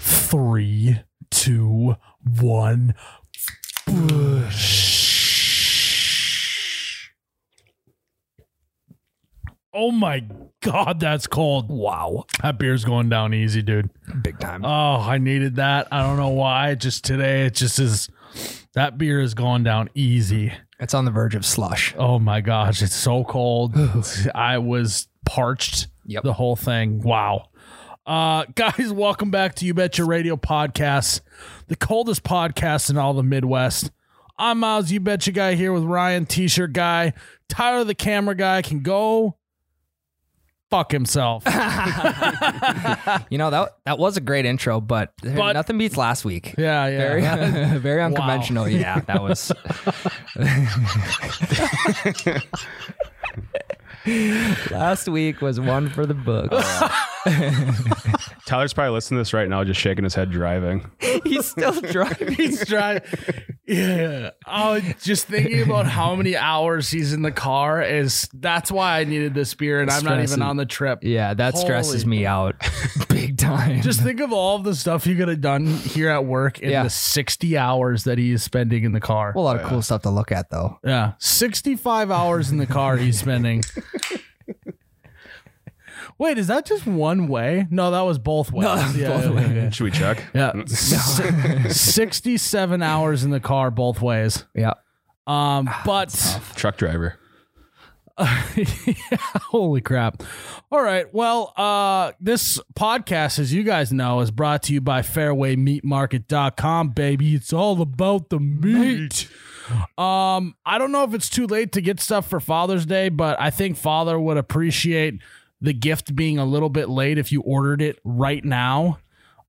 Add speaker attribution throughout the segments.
Speaker 1: three, two, one. Oh my god, that's cold.
Speaker 2: Wow.
Speaker 1: That beer's going down easy, dude.
Speaker 2: Big time.
Speaker 1: Oh, I needed that. I don't know why. Just today, it just is. That beer is going down easy.
Speaker 2: it's on the verge of slush.
Speaker 1: Oh my gosh, it's so cold. I was parched.
Speaker 2: Yep.
Speaker 1: The whole thing. Wow. Uh, guys, welcome back to You Bet Your Radio podcast, the coldest podcast in all the Midwest. I'm Miles, You Bet Your Guy here with Ryan, T-shirt guy, Tyler, the camera guy, can go fuck himself.
Speaker 2: You know, that that was a great intro, but, there-
Speaker 1: But-
Speaker 2: nothing beats last week.
Speaker 1: Yeah, yeah.
Speaker 2: Very, very unconventional. Yeah, that was. Last week was one for the
Speaker 1: Oh.
Speaker 2: books.
Speaker 3: Tyler's probably listening to this right now, just shaking his head driving.
Speaker 2: He's still driving.
Speaker 1: He's trying. Yeah. Oh, just thinking about how many hours he's in the car is that's why I needed this beer and I'm not even
Speaker 2: Stressing.
Speaker 1: on the trip.
Speaker 2: Yeah, that stresses
Speaker 1: Holy-
Speaker 2: me out big time.
Speaker 1: Just think of all of the stuff you could have done here at work in
Speaker 2: Yeah.
Speaker 1: the 60 hours that he is spending in the car.
Speaker 2: a lot of cool stuff to look at, though.
Speaker 1: yeah. 65 hours in the car he's spending. Wait, is that just one way? No, that was both ways. yeah, yeah, yeah, yeah.
Speaker 3: Should we check?
Speaker 1: Yeah. Si- 67 hours in the car both ways.
Speaker 2: Yeah.
Speaker 1: Um, but
Speaker 3: Truck driver.
Speaker 1: Holy crap. All right. Well, uh, this podcast, as you guys know, is brought to you by fairwaymeatmarket.com, baby. It's all about the meat. Um, I don't know if it's too late to get stuff for Father's Day, but I think Father would appreciate the gift being a little bit late if you ordered it right now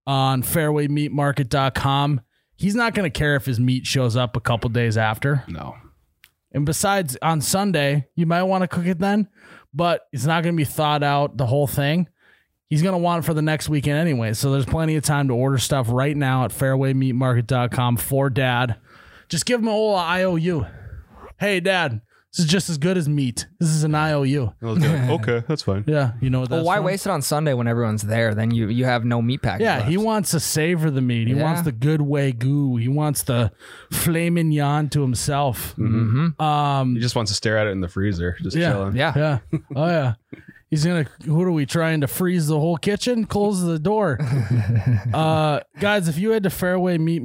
Speaker 1: on fairwaymeatmarket.com. He's not going to care if his meat shows up a couple days after.
Speaker 3: No.
Speaker 1: And besides, on Sunday, you might want to cook it then, but it's not going to be thawed out the whole thing. He's going to want it for the next weekend anyway. So there's plenty of time to order stuff right now at fairwaymeatmarket.com for dad. Just give him a whole IOU. Hey, dad, this is just as good as meat. This is an IOU.
Speaker 3: okay, that's fine.
Speaker 1: Yeah, you know what that's
Speaker 2: Well, Oh, why
Speaker 1: from?
Speaker 2: waste it on Sunday when everyone's there? Then you you have no meat package.
Speaker 1: Yeah,
Speaker 2: left.
Speaker 1: he wants to savor the meat. He
Speaker 2: Yeah.
Speaker 1: wants the good way goo. He wants the filet mignon to himself.
Speaker 3: He just wants to stare at it in the freezer, just
Speaker 1: Yeah.
Speaker 3: chilling.
Speaker 2: Yeah.
Speaker 1: Yeah. Oh yeah. He's gonna. What are we trying to freeze the whole kitchen? Close the door. uh, guys, if you head to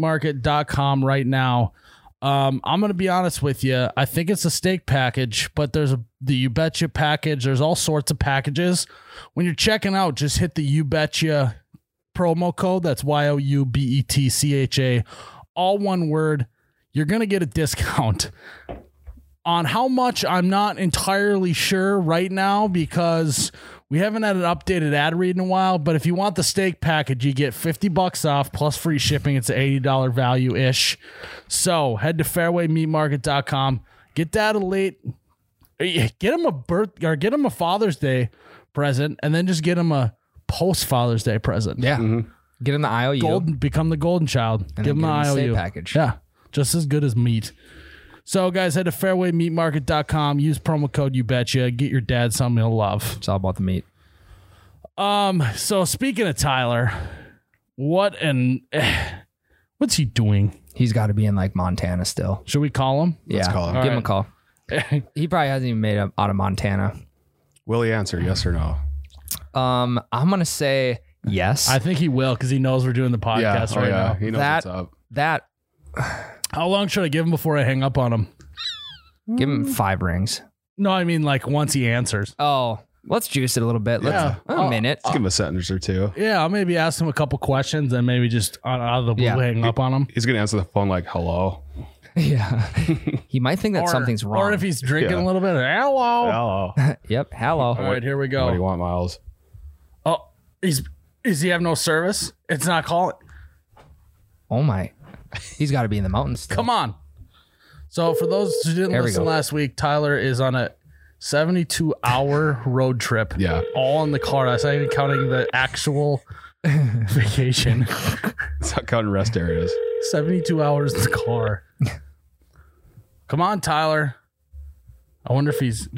Speaker 1: fairwaymeatmarket.com right now, um, I'm gonna be honest with you. I think it's a steak package, but there's a the you betcha package. There's all sorts of packages. When you're checking out, just hit the you betcha promo code. That's Y O U B E T C H A, all one word. You're gonna get a discount on how much I'm not entirely sure right now because we haven't had an updated ad read in a while. But if you want the steak package, you get 50 bucks off plus free shipping. It's an $80 value ish. So head to fairwaymeatmarket.com. Get that a late, get him a birth or get him a Father's Day present and then just get him a post Father's Day present.
Speaker 2: Yeah. Get in the IOU.
Speaker 1: Golden, become the golden child.
Speaker 2: And
Speaker 1: Give
Speaker 2: then
Speaker 1: them
Speaker 2: get
Speaker 1: an
Speaker 2: him the steak
Speaker 1: IOU
Speaker 2: package.
Speaker 1: Yeah, just as good as meat. So, guys, head to fairwaymeatmarket.com. Use promo code you betcha. Get your dad something he'll love. Um,
Speaker 2: It's all about the meat.
Speaker 1: So, speaking of Tyler, what an what's he doing?
Speaker 2: He's got to be in like Montana still.
Speaker 1: Should we call him?
Speaker 2: Yeah.
Speaker 3: call him.
Speaker 2: Give him a
Speaker 1: Alright.
Speaker 2: call. he probably hasn't even made it out of Montana.
Speaker 3: Will he answer yes or no?
Speaker 2: Um, I'm gonna say yes.
Speaker 1: I think he will because he knows we're doing the podcast
Speaker 3: oh,
Speaker 1: right
Speaker 3: yeah.
Speaker 1: now.
Speaker 3: He knows
Speaker 2: That-
Speaker 3: what's up.
Speaker 2: that
Speaker 1: How long should I give him before I hang up on him?
Speaker 2: give him five rings.
Speaker 1: No, I mean like once he answers.
Speaker 2: Oh, let's juice it a little bit. Let's oh, a minute.
Speaker 3: Let's give him a sentence or two.
Speaker 1: Yeah, I'll maybe ask him a couple questions and maybe just out out of the blue
Speaker 2: Yeah.
Speaker 1: hang up on him.
Speaker 3: He's gonna answer the phone like hello.
Speaker 2: yeah. he might think that
Speaker 1: Or-
Speaker 2: something's wrong.
Speaker 1: Or if he's drinking a
Speaker 3: Yeah.
Speaker 1: little bit, hello.
Speaker 3: Hello.
Speaker 2: yep. Hello.
Speaker 1: All right, here we
Speaker 3: What do you
Speaker 1: go.
Speaker 3: want, Miles?
Speaker 1: Oh, he's is he have no service? It's not calling.
Speaker 2: Oh my. He's got to be in the mountains. Still.
Speaker 1: Come on. So for those who didn't
Speaker 2: There we
Speaker 1: listen
Speaker 2: go.
Speaker 1: last week, Tyler is on a 72 hour road trip.
Speaker 3: Yeah.
Speaker 1: All in the car. That's not even counting the actual vacation.
Speaker 3: It's not counting rest areas.
Speaker 1: 72 hours in the car. Come on, Tyler. I wonder if he's.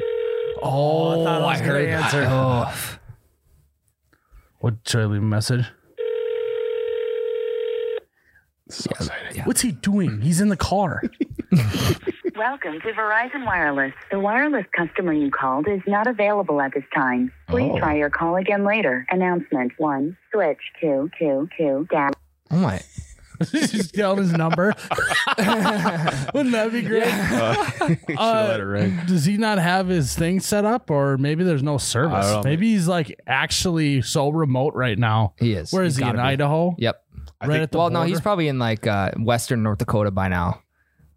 Speaker 1: Oh, I, was gonna answer.
Speaker 2: Oh,
Speaker 1: What should I leave a message?
Speaker 3: So exciting.
Speaker 1: What's he doing? He's in the car.
Speaker 4: Welcome to Verizon Wireless. The wireless customer you called is not available at this time. Please
Speaker 2: Oh.
Speaker 4: try your call again later. Announcement 1. Switch to QQ dash.
Speaker 2: Oh my.
Speaker 1: He's yelling his number. Wouldn't that be great?
Speaker 3: Uh, should have let it ring.
Speaker 1: Does he not have his thing set up, or maybe there's no
Speaker 3: I
Speaker 1: service?
Speaker 3: don't know.
Speaker 1: Maybe he's like actually so remote right now.
Speaker 2: He is.
Speaker 1: Where is
Speaker 2: He's
Speaker 1: he in
Speaker 2: gotta be.
Speaker 1: Idaho?
Speaker 2: Yep.
Speaker 3: I
Speaker 1: right
Speaker 3: think-
Speaker 1: at the
Speaker 2: well, no,
Speaker 1: border?
Speaker 2: he's probably in like uh, Western North Dakota by now.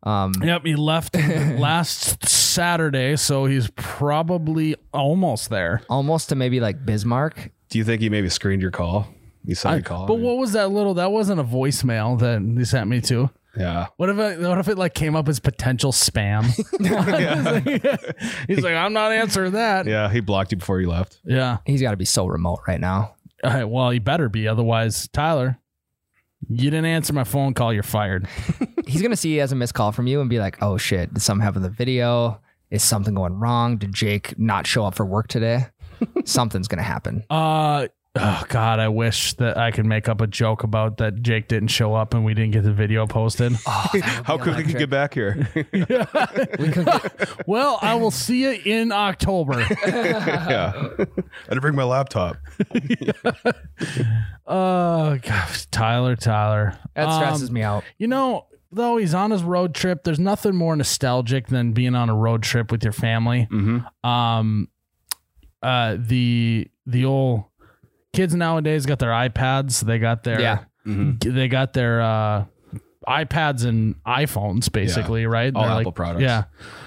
Speaker 2: Um,
Speaker 1: Yep, he left last Saturday, so he's probably almost there.
Speaker 2: almost to maybe like Bismarck.
Speaker 3: Do you think he maybe screened your call? You saw
Speaker 1: I-
Speaker 3: the call.
Speaker 1: but what was that little? That wasn't a voicemail that he sent me to.
Speaker 3: Yeah.
Speaker 1: What if it, what if it like came up as potential spam? he's like, I'm not answering that. Yeah.
Speaker 3: Yeah. He blocked you before you left.
Speaker 2: He's got to be so remote right now.
Speaker 1: All right, well, you better be, otherwise, Tyler, you didn't answer my phone call. You're fired.
Speaker 2: He's gonna see he has a missed call from you and be like, "Oh shit, did something happen to the video? Is something going wrong? Did Jake not show up for work today? Something's gonna happen."
Speaker 1: Uh. Oh God! I wish that I could make up a joke about that Jake didn't show up and we didn't get the video posted.
Speaker 2: Oh, that would
Speaker 3: How
Speaker 2: be
Speaker 3: quickly did you get
Speaker 2: electric.
Speaker 3: back here?
Speaker 2: We could get-
Speaker 1: well, I will see you in October.
Speaker 3: yeah. I didn't bring my laptop.
Speaker 1: Oh gosh, Tyler, Tyler.
Speaker 2: that stresses
Speaker 1: Um,
Speaker 2: me out.
Speaker 1: You know, though he's on his road trip, there's nothing more nostalgic than being on a road trip with your family.
Speaker 3: Mm-hmm.
Speaker 1: Um uh the the old kids nowadays got their iPads, they got their
Speaker 2: Yeah.
Speaker 3: Mm-hmm.
Speaker 1: they got their uh iPads and iPhones basically, right?
Speaker 3: All
Speaker 1: They're
Speaker 3: Apple products.
Speaker 1: Yeah.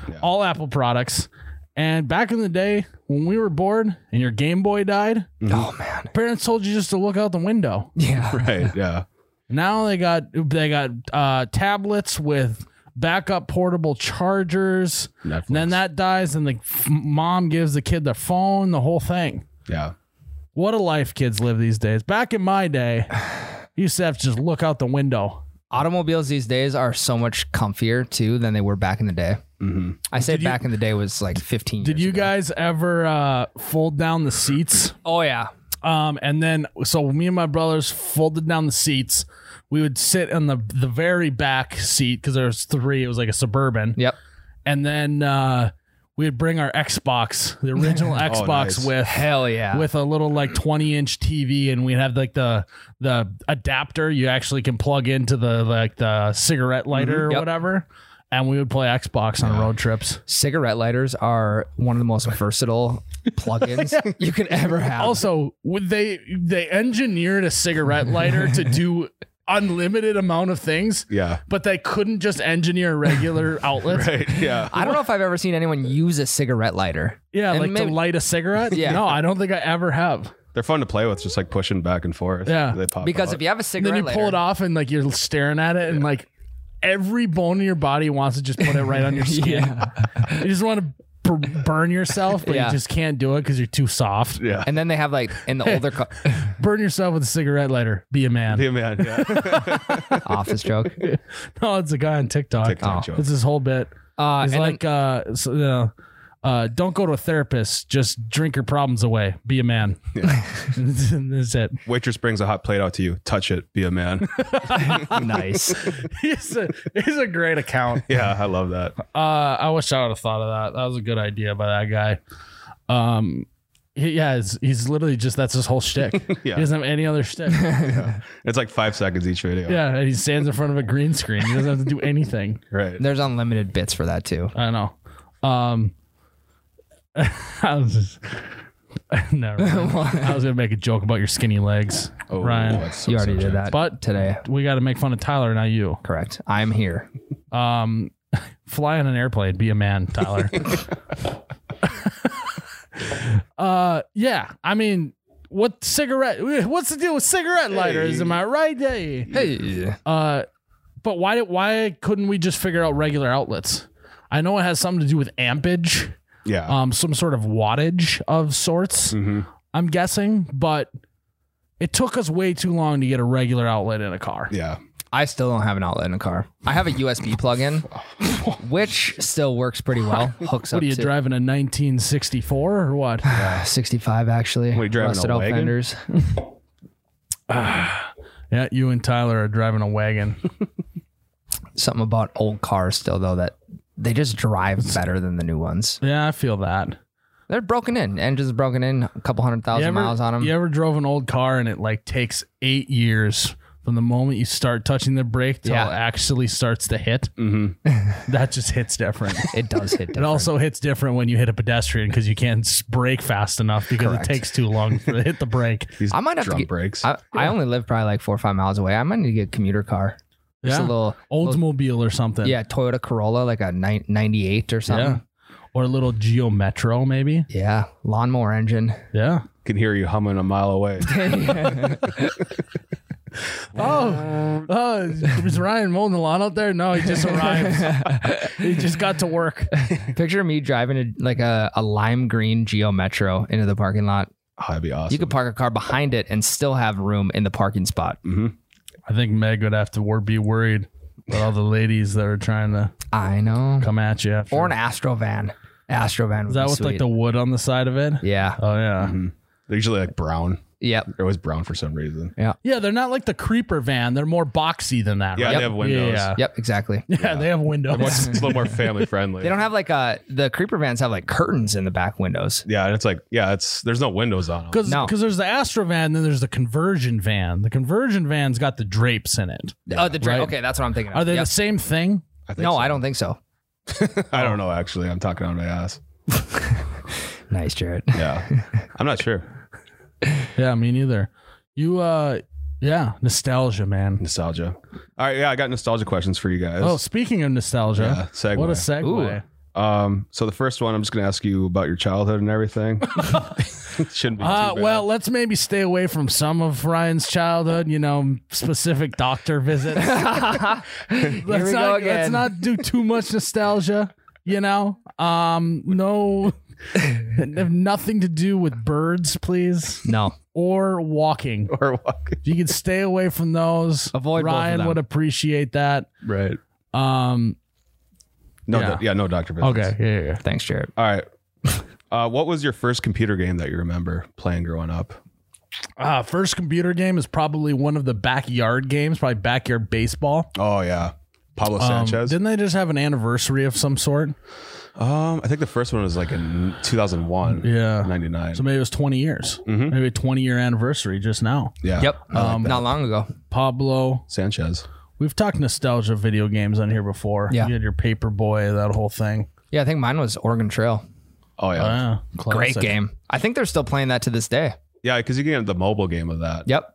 Speaker 3: Yeah.
Speaker 1: All Apple products. And back in the day when we were bored and your Game Boy died,
Speaker 3: Mm-hmm.
Speaker 2: Oh man.
Speaker 1: parents told you just to look out the window.
Speaker 2: Yeah.
Speaker 3: Right. Yeah.
Speaker 1: Now they got they got uh, tablets with backup portable chargers.
Speaker 3: Netflix.
Speaker 1: And then that dies, and the f- mom gives the kid the phone, the whole thing.
Speaker 3: Yeah.
Speaker 1: What a life kids live these days. Back in my day, you used to have to just look out the window.
Speaker 2: Automobiles these days are so much comfier too than they were back in the day.
Speaker 3: Mm-hmm.
Speaker 2: I say back in the day was like 15.
Speaker 1: Did
Speaker 2: years
Speaker 1: you
Speaker 2: ago.
Speaker 1: guys ever uh, fold down the seats?
Speaker 2: Oh yeah.
Speaker 1: Um, and then so me and my brothers folded down the seats. We would sit in the the very back seat because there was three. It was like a suburban.
Speaker 2: Yep.
Speaker 1: and then uh, we'd bring our Xbox, the original Xbox
Speaker 3: Oh, nice.
Speaker 1: with
Speaker 2: Hell yeah.
Speaker 1: with a little like 20 inch TV, and we'd have like the the adapter you actually can plug into the like the cigarette
Speaker 3: Mm-hmm.
Speaker 1: lighter or
Speaker 2: Yep.
Speaker 1: whatever, and we would play Xbox on road trips.
Speaker 2: cigarette lighters are one of the most versatile plugins you could ever have.
Speaker 1: Also, would they they engineered a cigarette lighter to do unlimited amount of things,
Speaker 3: Yeah.
Speaker 1: but they couldn't just engineer regular outlets.
Speaker 3: Right. Yeah.
Speaker 2: I don't know if I've ever seen anyone use a cigarette lighter.
Speaker 1: Yeah,
Speaker 2: And
Speaker 1: like
Speaker 2: maybe-
Speaker 1: to light a cigarette.
Speaker 2: Yeah.
Speaker 1: No, I don't think I ever have.
Speaker 3: They're fun to play with, just like pushing back and forth.
Speaker 1: Yeah.
Speaker 3: They pop
Speaker 2: Because
Speaker 3: out.
Speaker 2: if you have a
Speaker 1: And
Speaker 2: cigarette
Speaker 1: then you
Speaker 2: lighter,
Speaker 1: pull it off and like you're staring at it and like every bone in your body wants to just put it right on your skin. You just want to b- burn yourself, but
Speaker 2: Yeah.
Speaker 1: you just can't do it because you're too soft.
Speaker 3: Yeah.
Speaker 2: and then they have like in the older co-
Speaker 1: Burn yourself with a cigarette lighter. Be a man.
Speaker 3: Hey, man. Yeah.
Speaker 2: office joke.
Speaker 1: no, Oh, it's a guy on TikTok. Oh,
Speaker 3: TikTok joke.
Speaker 1: It's his whole bit.
Speaker 2: Uh,
Speaker 1: It's
Speaker 2: and
Speaker 1: like, uh, so, you know, uh, don't go to a therapist. Just drink your problems away. Be a man. And That's it.
Speaker 3: Waitress brings a hot plate out to you. Touch it. Be a man.
Speaker 2: then- nice.
Speaker 1: He's a, he's a great account.
Speaker 3: yeah. I love that.
Speaker 1: Uh, I wish I would have thought of that. That was a good idea by that guy. Um, he- yeah, he's, he's literally just that's his whole shtick.
Speaker 3: Yeah.
Speaker 1: He doesn't have any other shtick.
Speaker 3: It's like five seconds each video.
Speaker 1: yeah, and he stands in front of a green screen. He doesn't have to do anything.
Speaker 3: Right.
Speaker 2: There's unlimited bits for that too.
Speaker 1: I know. Um, I was just. Never. mind. I was gonna make a joke about your skinny legs,
Speaker 3: Oh,
Speaker 1: Ryan.
Speaker 3: that's so
Speaker 2: you already
Speaker 3: subject.
Speaker 2: did that.
Speaker 1: But-
Speaker 2: today,
Speaker 1: We got to make fun of Tyler, not you.
Speaker 2: correct. I'm here.
Speaker 1: Um, fly on an airplane. Be a man, Tyler. uh, yeah. I mean, what cigarette? What's the deal with cigarette lighters? Am I right? Hey.
Speaker 2: Hey.
Speaker 1: Uh, but why? did- Why couldn't we just figure out regular outlets? I know it has something to do with ampage,
Speaker 3: Yeah.
Speaker 1: um, some sort of wattage of sorts.
Speaker 3: Mhm.
Speaker 1: I'm guessing, but it took us way too long to get a regular outlet in a car.
Speaker 3: Yeah.
Speaker 2: I still don't have an outlet in a car. I have a USB plug-in, which still works pretty well. Hooks up
Speaker 1: What are you
Speaker 2: to
Speaker 1: driving a 1964 or what?
Speaker 2: 65 actually.
Speaker 3: What, you driving a
Speaker 2: Rusted out
Speaker 3: wagon?
Speaker 2: fenders.
Speaker 1: Yeah, you and Tyler are driving a wagon.
Speaker 2: Something about old cars still though that they just drive better than the new ones.
Speaker 1: yeah, I feel that.
Speaker 2: They're broken in. Engines broken in. A couple hundred thousand miles on them.
Speaker 1: You ever drove an old car and it like takes eight years from the moment you start touching the brake till
Speaker 2: Yeah.
Speaker 1: it actually starts to hit?
Speaker 3: Mm-hmm.
Speaker 1: That just hits different.
Speaker 2: It does hit.
Speaker 1: It
Speaker 2: Different.
Speaker 1: also hits different when you hit a pedestrian because you can't s- brake fast enough because
Speaker 2: Correct.
Speaker 1: it takes too long for to hit the brake.
Speaker 3: These
Speaker 2: I might have to
Speaker 3: drum
Speaker 2: get-
Speaker 3: brakes.
Speaker 2: I, I only live probably like four or five miles away. I might need to get a commuter car. Just a
Speaker 1: Yeah.
Speaker 2: little,
Speaker 1: Oldsmobile or something.
Speaker 2: yeah, Toyota Corolla, like a nine- 98 or
Speaker 1: Yeah.
Speaker 2: something.
Speaker 1: Or a little Geo Metro, maybe.
Speaker 2: Yeah. Lawnmower engine.
Speaker 1: Yeah.
Speaker 3: can hear you humming a mile away.
Speaker 1: Oh, oh, is Ryan mowing the lawn out there? No, he just arrived. he just got to work.
Speaker 2: Picture me driving a, like a, a lime green Geo Metro into the parking lot.
Speaker 3: Oh, that'd be awesome.
Speaker 2: You could park a car behind it and still have room in the parking spot.
Speaker 1: I think Meg would have to wor- be worried about all the ladies that are trying to
Speaker 2: I know.
Speaker 1: come at you. After.
Speaker 2: Or an Astro van. Astro van.
Speaker 1: is that with like the wood on the side of it?
Speaker 2: yeah. Mm-hmm.
Speaker 1: Oh yeah.
Speaker 3: They're usually like brown.
Speaker 2: Yep.
Speaker 3: They're always brown for some reason.
Speaker 1: Yeah, they're not like the creeper van. They're more boxy than that.
Speaker 3: Yeah,
Speaker 1: right?
Speaker 3: they have windows.
Speaker 1: Yeah,
Speaker 2: Yep. Exactly.
Speaker 1: yeah. they have windows.
Speaker 3: It's a little more family friendly.
Speaker 2: They don't have like a the creeper vans have like curtains in the back windows.
Speaker 3: yeah, and it's like yeah, it's there's no windows on them.
Speaker 1: Because
Speaker 2: No.
Speaker 1: there's the Astro van, then there's the conversion van. The conversion van's got the drapes in it.
Speaker 2: oh, the dra-
Speaker 1: right.
Speaker 2: okay, that's what I'm thinking. Of.
Speaker 1: Are they
Speaker 2: Yep.
Speaker 1: the same thing?
Speaker 3: I think
Speaker 2: No,
Speaker 3: so.
Speaker 2: I don't think so.
Speaker 3: I don't know actually. I'm talking on my ass.
Speaker 2: Nice, Jared.
Speaker 3: Yeah, I'm not sure.
Speaker 1: Yeah, me neither. You, uh, yeah, nostalgia, man.
Speaker 3: Nostalgia. All right, yeah, I got nostalgia questions for you guys.
Speaker 1: Oh, speaking of nostalgia,
Speaker 3: Yeah, segue.
Speaker 1: what a segue.
Speaker 2: Ooh.
Speaker 3: Um, so the first one, I'm just gonna ask you about your childhood and everything. Shouldn't be.
Speaker 1: Uh,
Speaker 3: too bad.
Speaker 1: well, let's maybe stay away from some of Ryan's childhood, you know, specific doctor visits. let's,
Speaker 2: Here we
Speaker 1: not, let's
Speaker 2: go again.
Speaker 1: not do too much nostalgia, you know? Um, no, have nothing to do with birds, please,
Speaker 2: No.
Speaker 1: or walking.
Speaker 3: or walking.
Speaker 1: If you could stay away from those,
Speaker 2: Avoid both of
Speaker 1: Ryan
Speaker 2: them.
Speaker 1: would appreciate that.
Speaker 3: Right.
Speaker 1: Um,
Speaker 3: No.
Speaker 1: Yeah.
Speaker 3: Yeah. yeah no doctor visits.
Speaker 1: okay, yeah, yeah, yeah.
Speaker 2: Thanks, Jared.
Speaker 3: All right. Uh, what was your first computer game that you remember playing growing up?
Speaker 1: Uh, first computer game is probably one of the backyard games, probably backyard baseball.
Speaker 3: Oh yeah, Pablo
Speaker 1: Um,
Speaker 3: Sanchez.
Speaker 1: didn't they just have an anniversary of some sort?
Speaker 3: Um, I think the first one was like in 2001.
Speaker 1: Yeah.
Speaker 3: 99.
Speaker 1: So maybe it was 20 years, maybe a 20 year anniversary just now.
Speaker 3: yeah.
Speaker 2: Yep. Um,
Speaker 3: I like that.
Speaker 2: Not long ago.
Speaker 1: Pablo,
Speaker 3: Sanchez.
Speaker 1: we've talked nostalgia video games on here before.
Speaker 2: Yeah.
Speaker 1: You had your paper boy, that whole thing.
Speaker 2: Yeah, I think mine was Oregon Trail.
Speaker 3: Oh yeah.
Speaker 1: Yeah,
Speaker 2: Great
Speaker 1: classic.
Speaker 2: game. I think they're still playing that to this day.
Speaker 3: yeah, because you can get the mobile game of that.
Speaker 2: Yep.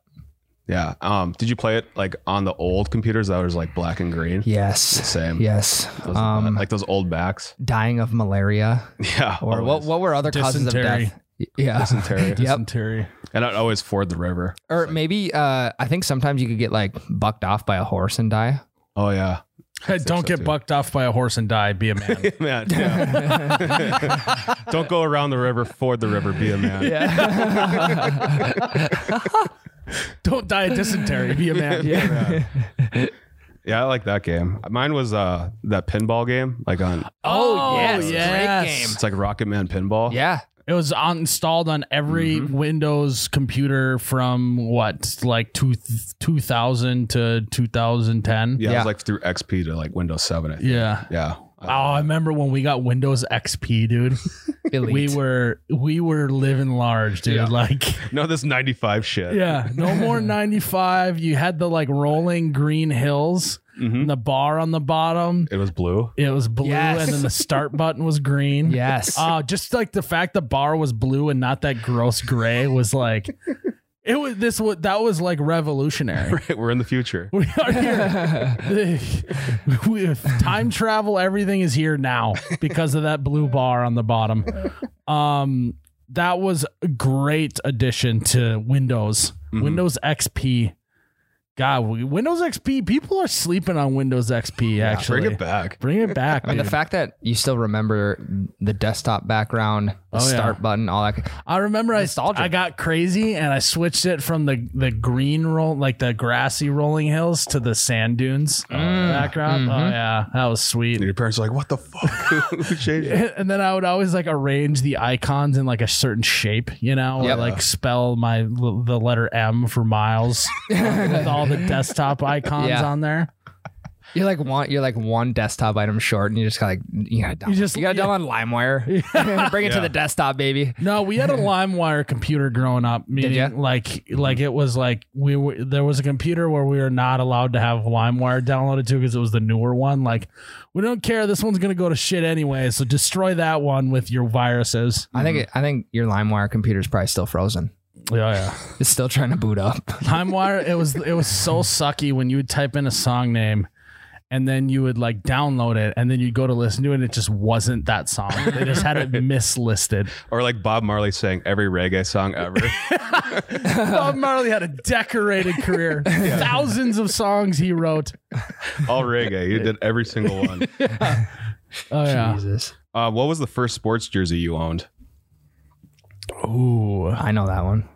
Speaker 3: Yeah. Um, did you play it like on the old computers that was like black and green?
Speaker 2: Yes.
Speaker 3: Same.
Speaker 2: Yes.
Speaker 3: Those-
Speaker 2: Um,
Speaker 3: like those old Macs.
Speaker 2: dying of malaria.
Speaker 3: Yeah.
Speaker 2: Or what,
Speaker 3: always.
Speaker 2: what were other causes of
Speaker 1: Dysentery.
Speaker 2: death? Y- Yeah.
Speaker 3: Oh, Dysentery.
Speaker 2: yep.
Speaker 1: Dysentery.
Speaker 3: And I'd always ford the river.
Speaker 2: Or maybe uh, I think sometimes you could get like bucked off by a horse and die.
Speaker 3: Oh yeah.
Speaker 1: Hey, don't
Speaker 3: so
Speaker 1: get
Speaker 3: too.
Speaker 1: bucked off by a horse and die. Be a man.
Speaker 3: man. yeah. Don't go around the river, ford the river, be a man.
Speaker 2: Yeah.
Speaker 1: don't die of dysentery. Be a man.
Speaker 3: Yeah, I like that game. Mine was uh that pinball game, like on
Speaker 1: Oh,
Speaker 2: yes. Great
Speaker 1: yes.
Speaker 3: it's like Rocket Man pinball.
Speaker 2: yeah.
Speaker 1: It was on, installed on every Windows computer from what, like two, 2000 to 2010.
Speaker 3: Yeah, it
Speaker 2: Yeah.
Speaker 3: was like through XP to like Windows 7. I think.
Speaker 1: Yeah.
Speaker 3: Yeah.
Speaker 1: Oh, I remember when we got Windows XP, dude.
Speaker 2: Elite.
Speaker 1: We were we were living large, dude.
Speaker 3: Yeah.
Speaker 1: Like,
Speaker 3: Uh, No, this 95 shit.
Speaker 1: yeah, no more ninety five. You had the like rolling green hills
Speaker 2: Mm-hmm.
Speaker 1: and the bar on the bottom.
Speaker 3: It was blue.
Speaker 1: It was blue,
Speaker 2: Yes.
Speaker 1: and then the start button was green.
Speaker 2: Yes.
Speaker 1: Uh, just like the fact the bar was blue and not that gross gray was like, it was this was that was like revolutionary.
Speaker 3: We're in the future.
Speaker 1: We are here. We- Time travel, everything is here now because of that blue bar on the bottom. Um, that was a great addition to Windows.
Speaker 3: Mm-hmm.
Speaker 1: Windows XP. God, we- Windows XP. People are sleeping on Windows XP. Actually,
Speaker 3: Bring it back.
Speaker 1: Bring it back.
Speaker 2: I mean, the
Speaker 1: dude.
Speaker 2: fact that you still remember the desktop background, the
Speaker 1: Oh, yeah.
Speaker 2: start button, all that.
Speaker 1: I remember I,
Speaker 2: Nostalgia.
Speaker 1: I got crazy and I switched it from the, the green roll, like the grassy rolling hills, to the sand dunes
Speaker 3: Mm.
Speaker 1: background.
Speaker 3: Mm-hmm.
Speaker 1: Oh, yeah. That was sweet.
Speaker 3: And your parents are like, "What the fuck?" Who changed it?
Speaker 1: and then I would always like arrange the icons in like a certain shape, you know, or
Speaker 2: Yep.
Speaker 1: like spell my the letter M for miles with all the desktop icons
Speaker 2: Yeah.
Speaker 1: on there.
Speaker 2: You're like one, you're like one desktop item short, and you just got like you gotta dumb,
Speaker 1: You
Speaker 2: you
Speaker 1: just-
Speaker 2: just, you gotta dumb on LimeWire. Bring it to the desktop, baby.
Speaker 1: No, we had a LimeWire computer growing up. Meaning,
Speaker 2: ya?
Speaker 1: like, like it was like we were, there was a computer where we were not allowed to have LimeWire downloaded to because it was the newer one. Like, we don't care. This one's gonna go to shit anyway. So destroy that one with your viruses.
Speaker 2: I think it, I think your LimeWire computer's probably still frozen.
Speaker 1: Yeah, yeah.
Speaker 2: It's still trying to boot up.
Speaker 1: LimeWire, it was it was so sucky when you would type in a song name and then you would like download it and then you'd go to listen to it and it just wasn't that song. They just had it mislisted.
Speaker 3: Or like Bob Marley sang every reggae song ever.
Speaker 1: Bob Marley had a decorated career. Thousands of songs he wrote.
Speaker 3: All reggae. You did every single one.
Speaker 1: Oh yeah.
Speaker 2: Jesus,
Speaker 3: Uh, what was the first sports jersey you owned?
Speaker 1: Ooh.
Speaker 2: I know that one.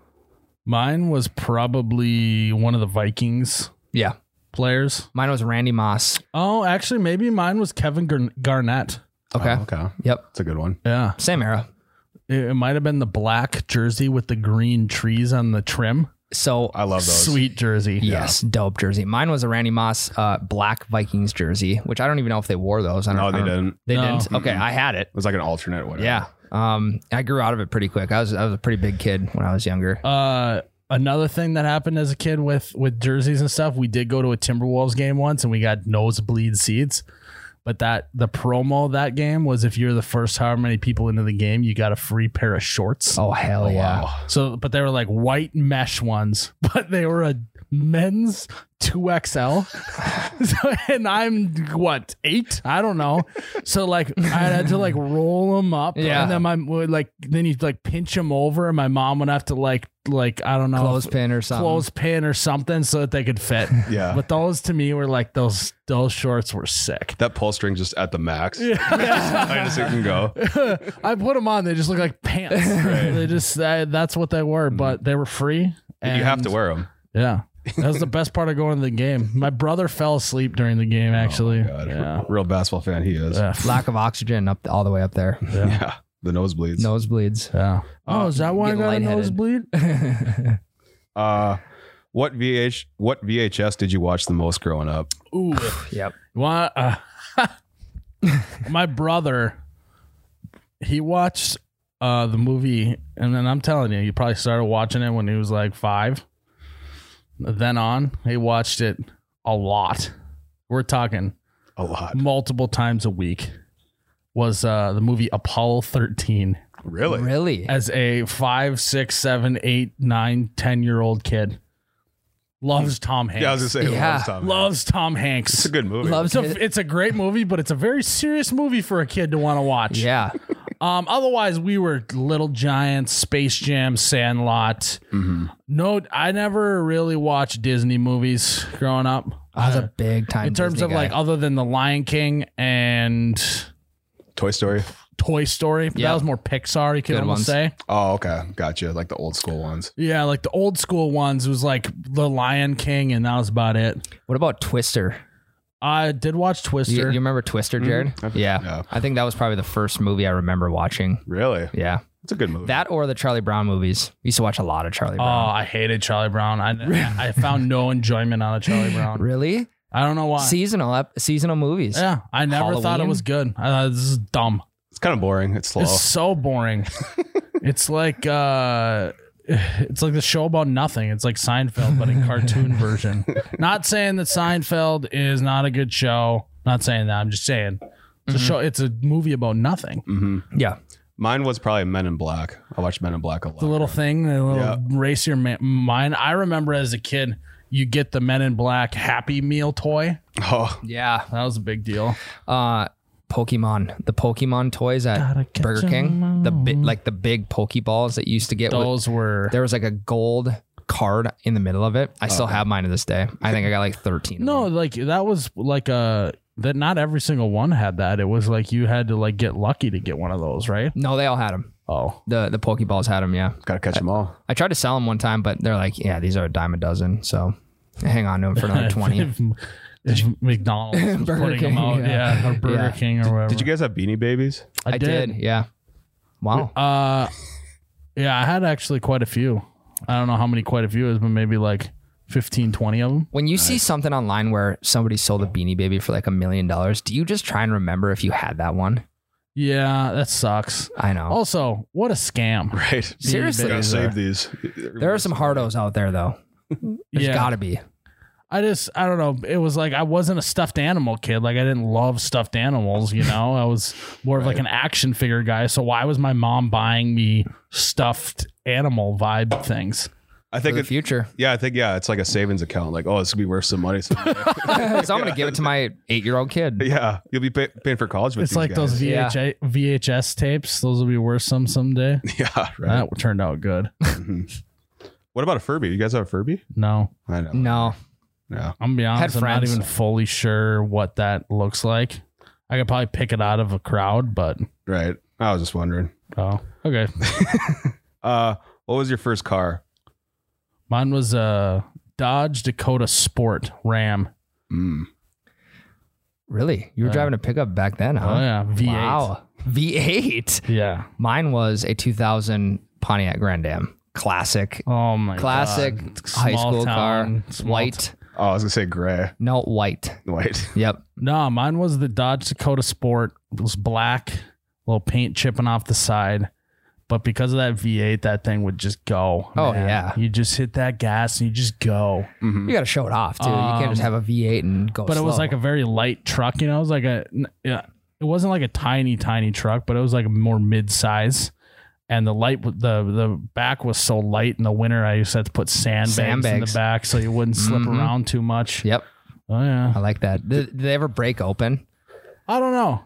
Speaker 1: Mine was probably one of the Vikings
Speaker 2: Yeah,
Speaker 1: players.
Speaker 2: mine was Randy Moss.
Speaker 1: Oh, actually maybe mine was Kevin Gar- Garnett.
Speaker 2: Okay,
Speaker 1: Uh-huh.
Speaker 3: Oh, okay.
Speaker 2: yep,
Speaker 3: That's a good one.
Speaker 1: Yeah.
Speaker 2: same era.
Speaker 1: It, it might have been the black jersey with the green trees on the trim.
Speaker 2: So
Speaker 3: I love those.
Speaker 1: Sweet jersey.
Speaker 2: Yes, dope jersey. Mine was a Randy Moss uh, black Vikings jersey, which I don't even know if they wore those. I don't,
Speaker 3: No,
Speaker 2: I
Speaker 3: they
Speaker 2: don't-
Speaker 3: didn't.
Speaker 2: They
Speaker 1: No.
Speaker 2: didn't. Okay, I had it.
Speaker 3: It was like an alternate, whatever.
Speaker 2: Yeah. Um, I grew out of it pretty quick. I was I was a pretty big kid when I was younger.
Speaker 1: Uh, another thing that happened as a kid with with jerseys and stuff, we did go to a Timberwolves game once and we got nosebleed seats. But that the promo of that game was if you're the first however many people into the game, you got a free pair of shorts.
Speaker 2: Oh hell yeah!
Speaker 1: So, but they were like white mesh ones, but they were a men's 2XL. so, and I'm what, eight? I don't know. So, like, I had to like roll them up.
Speaker 2: Yeah.
Speaker 1: And then my, would like, then you'd like pinch them over, and my mom would have to like, like, I don't know,
Speaker 2: Clothespin or something.
Speaker 1: clothespin or something so that they could fit.
Speaker 3: Yeah.
Speaker 1: But those to me were like, those, those shorts were sick.
Speaker 3: That pull string just at the max. I just it can go.
Speaker 1: I put them on. They just look like pants. They just, I, that's what they were, but they were free. And
Speaker 3: Mm. you have to wear them.
Speaker 1: Yeah. That was the best part of going to the game. My brother fell asleep during the game, actually.
Speaker 3: Oh, God,
Speaker 1: yeah.
Speaker 3: real basketball fan he is.
Speaker 1: Yeah.
Speaker 2: Lack of oxygen up all the way up there.
Speaker 3: yeah. The nosebleeds.
Speaker 2: Nosebleeds.
Speaker 1: Yeah. Oh, is that why I
Speaker 2: Getting
Speaker 1: got a
Speaker 2: lightheaded.
Speaker 1: nosebleed?
Speaker 3: Uh, what VH what VHS did you watch the most growing up?
Speaker 1: Ooh.
Speaker 2: Yep.
Speaker 1: Why, uh, my brother, he watched uh, the movie, and then I'm telling you, he probably started watching it when he was like five. Then on, he watched it a lot. We're talking
Speaker 3: A lot.
Speaker 1: multiple times a week. Was uh, the movie Apollo 13?
Speaker 3: Really?
Speaker 2: Really?
Speaker 1: as a five, six, seven, eight, nine, ten year old kid. Loves Tom Hanks.
Speaker 3: Yeah, I was gonna say
Speaker 2: Yeah.
Speaker 3: loves Tom.
Speaker 1: loves Tom Hanks.
Speaker 3: It's a good movie.
Speaker 2: Loves
Speaker 1: It's a,
Speaker 2: it.
Speaker 1: it's a great movie, but it's a very serious movie for a kid to want to watch.
Speaker 2: Yeah.
Speaker 1: Um, otherwise, we were Little Giants, Space Jam, Sandlot.
Speaker 3: Mm-hmm.
Speaker 1: No, I never really watched Disney movies growing up.
Speaker 2: I was a big time.
Speaker 1: in terms
Speaker 2: Disney
Speaker 1: of like,
Speaker 2: guy.
Speaker 1: other than The Lion King and
Speaker 3: Toy Story.
Speaker 1: Toy Story, but that
Speaker 2: Yeah.
Speaker 1: was more Pixar. You could
Speaker 2: Good
Speaker 1: almost
Speaker 2: ones.
Speaker 1: say.
Speaker 3: Oh, okay. Gotcha. Like the old school ones.
Speaker 1: Yeah, like the old school ones was like The Lion King, and that was about it.
Speaker 2: What about Twister?
Speaker 1: I did watch
Speaker 2: You,
Speaker 1: Twister.
Speaker 2: you remember Twister, Jared? Yeah.
Speaker 3: yeah.
Speaker 2: I think that was probably the first movie I remember watching.
Speaker 3: Really?
Speaker 2: Yeah.
Speaker 3: It's a good movie.
Speaker 2: That or the Charlie Brown movies. We used to watch a lot of Charlie
Speaker 1: oh,
Speaker 2: Brown.
Speaker 1: I hated Charlie Brown. I I found no enjoyment out of Charlie Brown.
Speaker 2: really?
Speaker 1: I don't know why.
Speaker 2: Seasonal ep- seasonal movies.
Speaker 1: yeah, I never thought it
Speaker 2: Halloween?
Speaker 1: was good. I thought this is dumb.
Speaker 3: it's kind of boring. It's slow.
Speaker 1: It's so boring. it's like uh it's like the show about nothing. It's like Seinfeld, but in cartoon version. Not saying that Seinfeld is not a good show. Not saying that. I'm just saying it's a
Speaker 2: Mm-hmm.
Speaker 1: show. It's a movie about nothing.
Speaker 2: Yeah.
Speaker 3: Mine was probably Men in Black. I watched Men in Black a lot.
Speaker 1: the little thing, the little
Speaker 3: Yeah.
Speaker 1: race your ma- mind. I remember as a kid, you get the Men in Black Happy Meal toy.
Speaker 3: oh,
Speaker 2: Yeah.
Speaker 1: That was a big deal.
Speaker 2: uh Pokemon, the Pokemon toys
Speaker 1: Gotta
Speaker 2: at
Speaker 1: catch
Speaker 2: Burger
Speaker 1: 'em all.
Speaker 2: King, the bi- like the big Pokeballs that you used to get. with-
Speaker 1: Those were
Speaker 2: there was like a gold card in the middle of it. I still have mine to this day. I think I got like thirteen. of
Speaker 1: no,
Speaker 2: them.
Speaker 1: like that was like a that not every single one had that. It was like you had to like get lucky to get one of those, right?
Speaker 2: no, they all had them.
Speaker 1: Oh,
Speaker 2: The the Pokeballs had them. Yeah,
Speaker 3: Gotta catch them all.
Speaker 2: I tried to sell them one time, but they're like, yeah, these are a dime a dozen. So hang on to them for another twenty.
Speaker 1: If McDonald's was
Speaker 2: Burger
Speaker 1: putting them
Speaker 2: King,
Speaker 1: out, yeah,
Speaker 2: yeah.
Speaker 1: or Burger
Speaker 2: Yeah.
Speaker 1: King or whatever.
Speaker 3: Did you guys have beanie babies?
Speaker 2: I, did. Yeah. Wow.
Speaker 1: Uh, yeah, I had actually quite a few. I don't know how many quite a few is, but maybe like 15, 20 of them.
Speaker 2: When you see something online where somebody sold a Beanie Baby for like a million dollars, do you just try and remember if you had that one?
Speaker 1: Yeah, that sucks.
Speaker 2: I
Speaker 3: Oh.
Speaker 2: know.
Speaker 1: Also, what a scam.
Speaker 3: Right.
Speaker 2: Seriously,
Speaker 3: Gotta save
Speaker 2: there,
Speaker 3: these.
Speaker 2: there are some hardos out there though. There's
Speaker 1: yeah,
Speaker 2: gotta be.
Speaker 1: I just I don't know. It was like I wasn't a stuffed animal kid. Like I didn't love stuffed animals. You know, I was more of like an action figure guy. So why was my mom buying me stuffed animal vibe things?
Speaker 3: I
Speaker 2: For
Speaker 3: think
Speaker 2: the
Speaker 3: it,
Speaker 2: future.
Speaker 3: Yeah, I think yeah, it's like a savings account. Like, oh, this could be worth some money. someday.
Speaker 2: so I'm gonna give it to my eight year old kid.
Speaker 3: yeah, you'll be pay- paying for college with
Speaker 1: It's
Speaker 3: these
Speaker 1: like those
Speaker 3: guys.
Speaker 2: guys.
Speaker 1: VHS VHS tapes. Those will be worth some someday.
Speaker 3: Yeah, right.
Speaker 1: That turned out good.
Speaker 3: What about a Furby? You guys have a Furby?
Speaker 1: No,
Speaker 3: I know.
Speaker 2: No.
Speaker 3: Yeah.
Speaker 1: I'm gonna be honest. I'm not
Speaker 2: friends.
Speaker 1: even fully sure what that looks like. I could probably pick it out of a crowd, but
Speaker 3: Right. I was just wondering.
Speaker 1: oh, okay.
Speaker 3: Uh, what was your first car?
Speaker 1: Mine was a Dodge Dakota Sport Ram.
Speaker 3: Mm.
Speaker 2: Really? You were
Speaker 1: Uh,
Speaker 2: driving a pickup back then, huh?
Speaker 1: Oh yeah, V8.
Speaker 2: Wow. V eight.
Speaker 1: Yeah.
Speaker 2: Mine was a two thousand Pontiac Grand Am. Classic.
Speaker 1: Oh my
Speaker 2: Classic
Speaker 1: God.
Speaker 2: high
Speaker 1: Small
Speaker 2: school
Speaker 1: town,
Speaker 2: car.
Speaker 1: small
Speaker 2: White.
Speaker 1: t-
Speaker 3: Oh, I was gonna say gray.
Speaker 2: no, white.
Speaker 3: White.
Speaker 2: Yep.
Speaker 1: no, mine was the Dodge Dakota Sport. It was black, little paint chipping off the side. But because of that V8, that thing would just go.
Speaker 2: Oh,
Speaker 1: man.
Speaker 2: yeah.
Speaker 1: You just hit that gas and you just go.
Speaker 3: Mm-hmm.
Speaker 2: You gotta show it off too. you can't just
Speaker 1: Um,
Speaker 2: have a V eight and go.
Speaker 1: but it was
Speaker 2: Oh, slow.
Speaker 1: like a very light truck, you know. It was like a n- yeah, it wasn't like a tiny tiny truck, but it was like a more mid size. And the light, w- the the back was so light in the winter. I used to have to put sandbags, in the
Speaker 2: Sandbags.
Speaker 1: back so you wouldn't slip
Speaker 2: Mhm.
Speaker 1: around too much.
Speaker 2: Yep.
Speaker 1: Oh yeah,
Speaker 2: I like that. Did, did they ever break open?
Speaker 1: I don't know.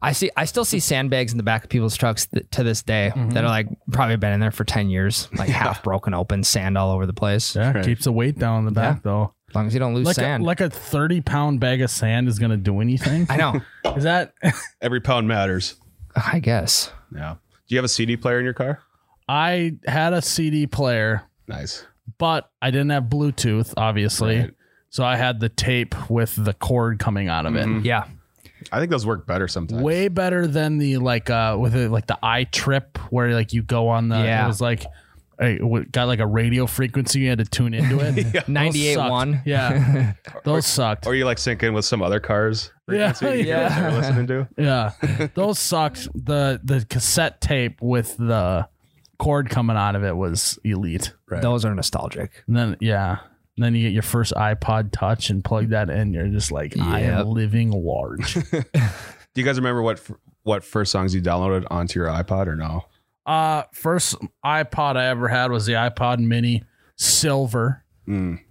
Speaker 2: I see. I still see sandbags in the back of people's trucks th- to this day
Speaker 1: Mm-hmm.
Speaker 2: that are like probably been in there for ten years, like half broken open, sand all over the place.
Speaker 1: Yeah, keeps the weight down in the back though.
Speaker 2: As long as you don't lose
Speaker 1: Like a,
Speaker 2: sand.
Speaker 1: like a thirty pound bag of sand is gonna do anything.
Speaker 2: I know.
Speaker 1: is that?
Speaker 3: Every pound matters.
Speaker 2: I guess.
Speaker 3: Yeah. Do you have a CD player in your car?
Speaker 1: I had a CD player,
Speaker 3: Nice.
Speaker 1: but I didn't have Bluetooth, obviously.
Speaker 3: Right.
Speaker 1: So I had the tape with the cord coming out of it.
Speaker 2: Yeah.
Speaker 3: I think those work better sometimes.
Speaker 1: way better than the like uh with it like the i trip where like you go on the
Speaker 2: Yeah.
Speaker 1: it was like it w- got like a radio frequency you had to tune into it Those sucked.
Speaker 2: Ninety eight one.
Speaker 1: yeah those sucked
Speaker 3: Or you like sync in with some other cars?
Speaker 1: Yeah,
Speaker 3: frequency you
Speaker 1: yeah.
Speaker 3: guys are listening to.
Speaker 1: yeah those sucked the the cassette tape with the cord coming out of it was elite
Speaker 3: Right.
Speaker 2: Those are nostalgic.
Speaker 1: and then yeah and then you get your first ipod touch and plug that in you're just like i
Speaker 2: Yep.
Speaker 1: am living large
Speaker 3: Do you guys remember what f- what first songs you downloaded onto your iPod or no?
Speaker 1: uh first ipod i ever had was the ipod mini silver
Speaker 3: Mm,
Speaker 1: It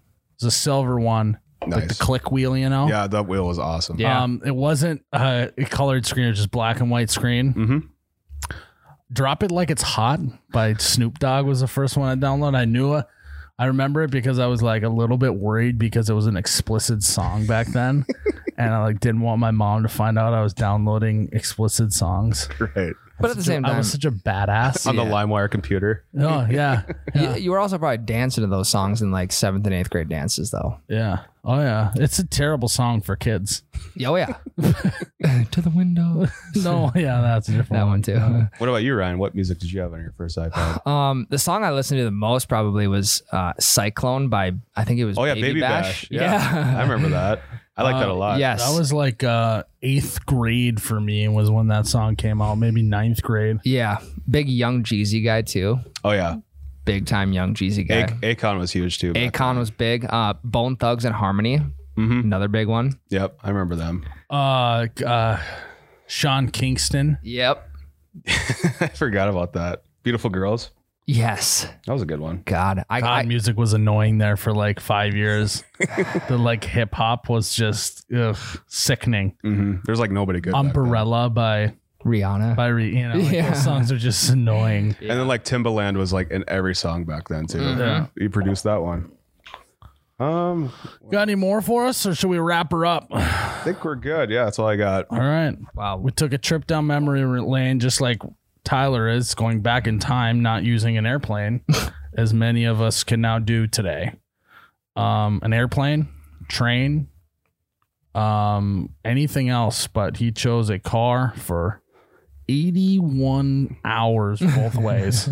Speaker 1: was a silver one, like the
Speaker 3: Nice.
Speaker 1: click wheel, you know.
Speaker 3: Oh. yeah, that wheel was awesome.
Speaker 2: Yeah.
Speaker 1: Um, it wasn't uh, a colored screen; it was just black and white screen.
Speaker 3: Mm-hmm.
Speaker 1: "Drop It Like It's Hot" by Snoop Dogg was the first one I downloaded. I knew it. I remember it because I was like a little bit worried because it was an explicit song back then, and I like didn't want my mom to find out I was downloading explicit songs.
Speaker 3: Right.
Speaker 2: But at the same
Speaker 1: I
Speaker 2: time,
Speaker 1: was such a badass.
Speaker 3: On the LimeWire computer.
Speaker 1: oh yeah,
Speaker 2: you, you were also probably dancing to those songs in like seventh and eighth grade dances, though.
Speaker 1: yeah, oh yeah. It's a terrible song for kids.
Speaker 2: Oh yeah. to the window.
Speaker 1: No, yeah, that's a different
Speaker 2: That one too.
Speaker 3: What about you, Ryan? What music did you have on your first iPod?
Speaker 2: Um, the song I listened to the most probably was uh, "Cyclone" by I think it was.
Speaker 3: Oh yeah, Uh, Baby, Bash. I remember that. I like that a lot.
Speaker 2: yes.
Speaker 1: That was like uh, eighth grade for me was when that song came out, maybe ninth grade.
Speaker 2: yeah, big Young Jeezy guy too.
Speaker 3: Oh yeah.
Speaker 2: Big time Young Jeezy
Speaker 3: A-
Speaker 2: guy.
Speaker 3: Akon was huge too. back-
Speaker 2: Akon was big. Uh, Bone Thugs and Harmony,
Speaker 3: Mhm.
Speaker 2: another big one.
Speaker 3: Yep, I remember them.
Speaker 1: Uh, uh, Sean Kingston.
Speaker 2: Yep.
Speaker 3: I forgot about that. Beautiful girls.
Speaker 2: Yes.
Speaker 3: That was a good one.
Speaker 2: God, I,
Speaker 1: God,
Speaker 2: I
Speaker 1: music was annoying there for like five years. the like hip hop was just ugh, sickening.
Speaker 3: hmm There's like nobody good. back then.
Speaker 1: Umbrella by
Speaker 2: Rihanna.
Speaker 1: by Re- you know like
Speaker 2: Yeah.
Speaker 1: those songs are just annoying.
Speaker 3: And then like Timbaland was like in every song back then too.
Speaker 1: Yeah.
Speaker 3: He produced that one. Um,
Speaker 1: Got any more for us, or should we wrap her up? All
Speaker 3: I think we're good. Yeah, that's all I got.
Speaker 1: right,
Speaker 2: wow.
Speaker 1: we took a trip down memory lane, just like Tyler is going back in time, not using an airplane, as many of us can now do today. Um, an airplane, train, um, anything else, but he chose a car for 81 hours both ways.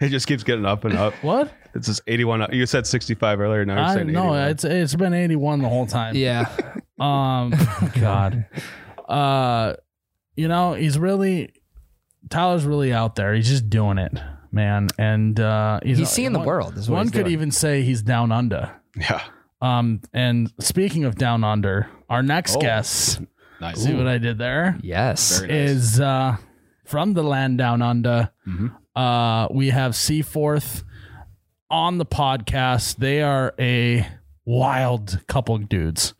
Speaker 3: It just keeps getting up and up.
Speaker 1: what?
Speaker 3: It's just 81. You said 65 earlier. Now you're
Speaker 1: I
Speaker 3: saying
Speaker 1: know
Speaker 3: 81.
Speaker 1: it's it's been 81 the whole time.
Speaker 2: Yeah.
Speaker 1: Um,
Speaker 2: Oh,
Speaker 1: God, uh, you know he's really Tyler's really out there. He's just doing it, man. And uh, he's,
Speaker 2: He's seeing the
Speaker 1: one-
Speaker 2: world. Is what
Speaker 1: One
Speaker 2: he's
Speaker 1: could
Speaker 2: doing.
Speaker 1: even say he's down under.
Speaker 3: yeah.
Speaker 1: Um, and speaking of down under, our next
Speaker 3: Oh.
Speaker 1: guest.
Speaker 3: Nice.
Speaker 1: See what I did there?
Speaker 2: Yes.
Speaker 3: Very nice.
Speaker 1: Is uh, from the land down under.
Speaker 3: Mhm.
Speaker 1: Uh, we have Seaforth on the podcast. They are a wild couple of dudes.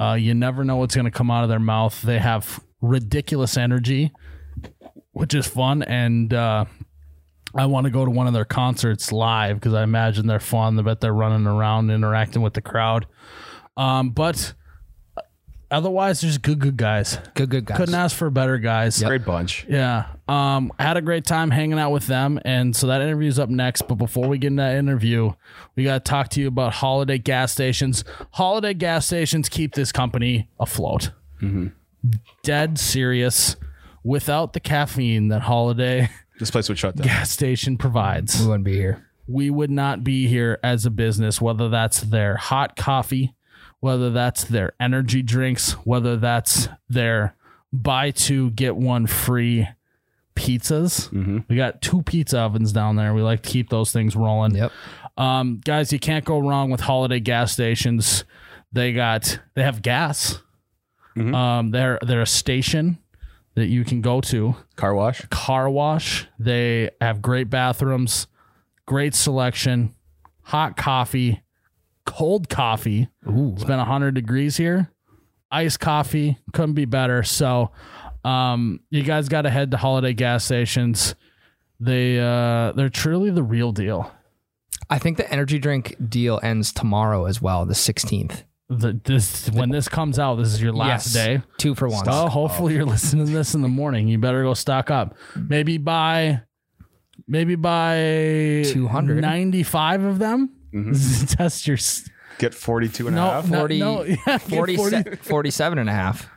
Speaker 1: Uh, you never know what's going to come out of their mouth. They have ridiculous energy, which is fun. And uh, I want to go to one of their concerts live because I imagine they're fun. I bet they're running around, interacting with the crowd. Um, but uh, otherwise, they're just good, good guys.
Speaker 2: Good, good guys.
Speaker 1: Couldn't ask for better guys.
Speaker 3: Great bunch.
Speaker 1: Yeah. Um, I had a great time hanging out with them. And so that interview's up next. But before we get into that interview, we got to talk to you about holiday gas stations. Holiday gas stations keep this company afloat. Dead serious. Without the caffeine that holiday
Speaker 3: This place would shut down.
Speaker 1: gas station provides
Speaker 2: We wouldn't be here.
Speaker 1: we would not be here as a business, whether that's their hot coffee, whether that's their energy drinks, whether that's their buy two, get one free pizzas. We got two pizza ovens down there. We like to keep those things rolling.
Speaker 2: Yep.
Speaker 1: Um, guys, you can't go wrong with holiday gas stations. They got they have gas. Um, they're they're a station that you can go to
Speaker 3: Car wash.
Speaker 1: car wash. They have great bathrooms, great selection, hot coffee, cold coffee.
Speaker 2: Ooh.
Speaker 1: It's been 100 degrees here. Iced coffee couldn't be better. So, um, you guys got to head to holiday gas stations. They uh, they're truly the real deal.
Speaker 2: I think the energy drink deal ends tomorrow as well, the 16th.
Speaker 1: The, this when this comes out, this is your last
Speaker 2: Yes.
Speaker 1: day.
Speaker 2: Two for one.
Speaker 1: Oh, hopefully you're listening to this in the morning. You better go stock up. Maybe buy, maybe buy
Speaker 2: 200.
Speaker 1: 95 of them.
Speaker 3: Mm-hmm.
Speaker 1: Test your s-
Speaker 3: Get 42 and a
Speaker 1: no,
Speaker 3: half.
Speaker 1: no,
Speaker 2: 40
Speaker 1: no, yeah, get
Speaker 2: 40, 47 and a half.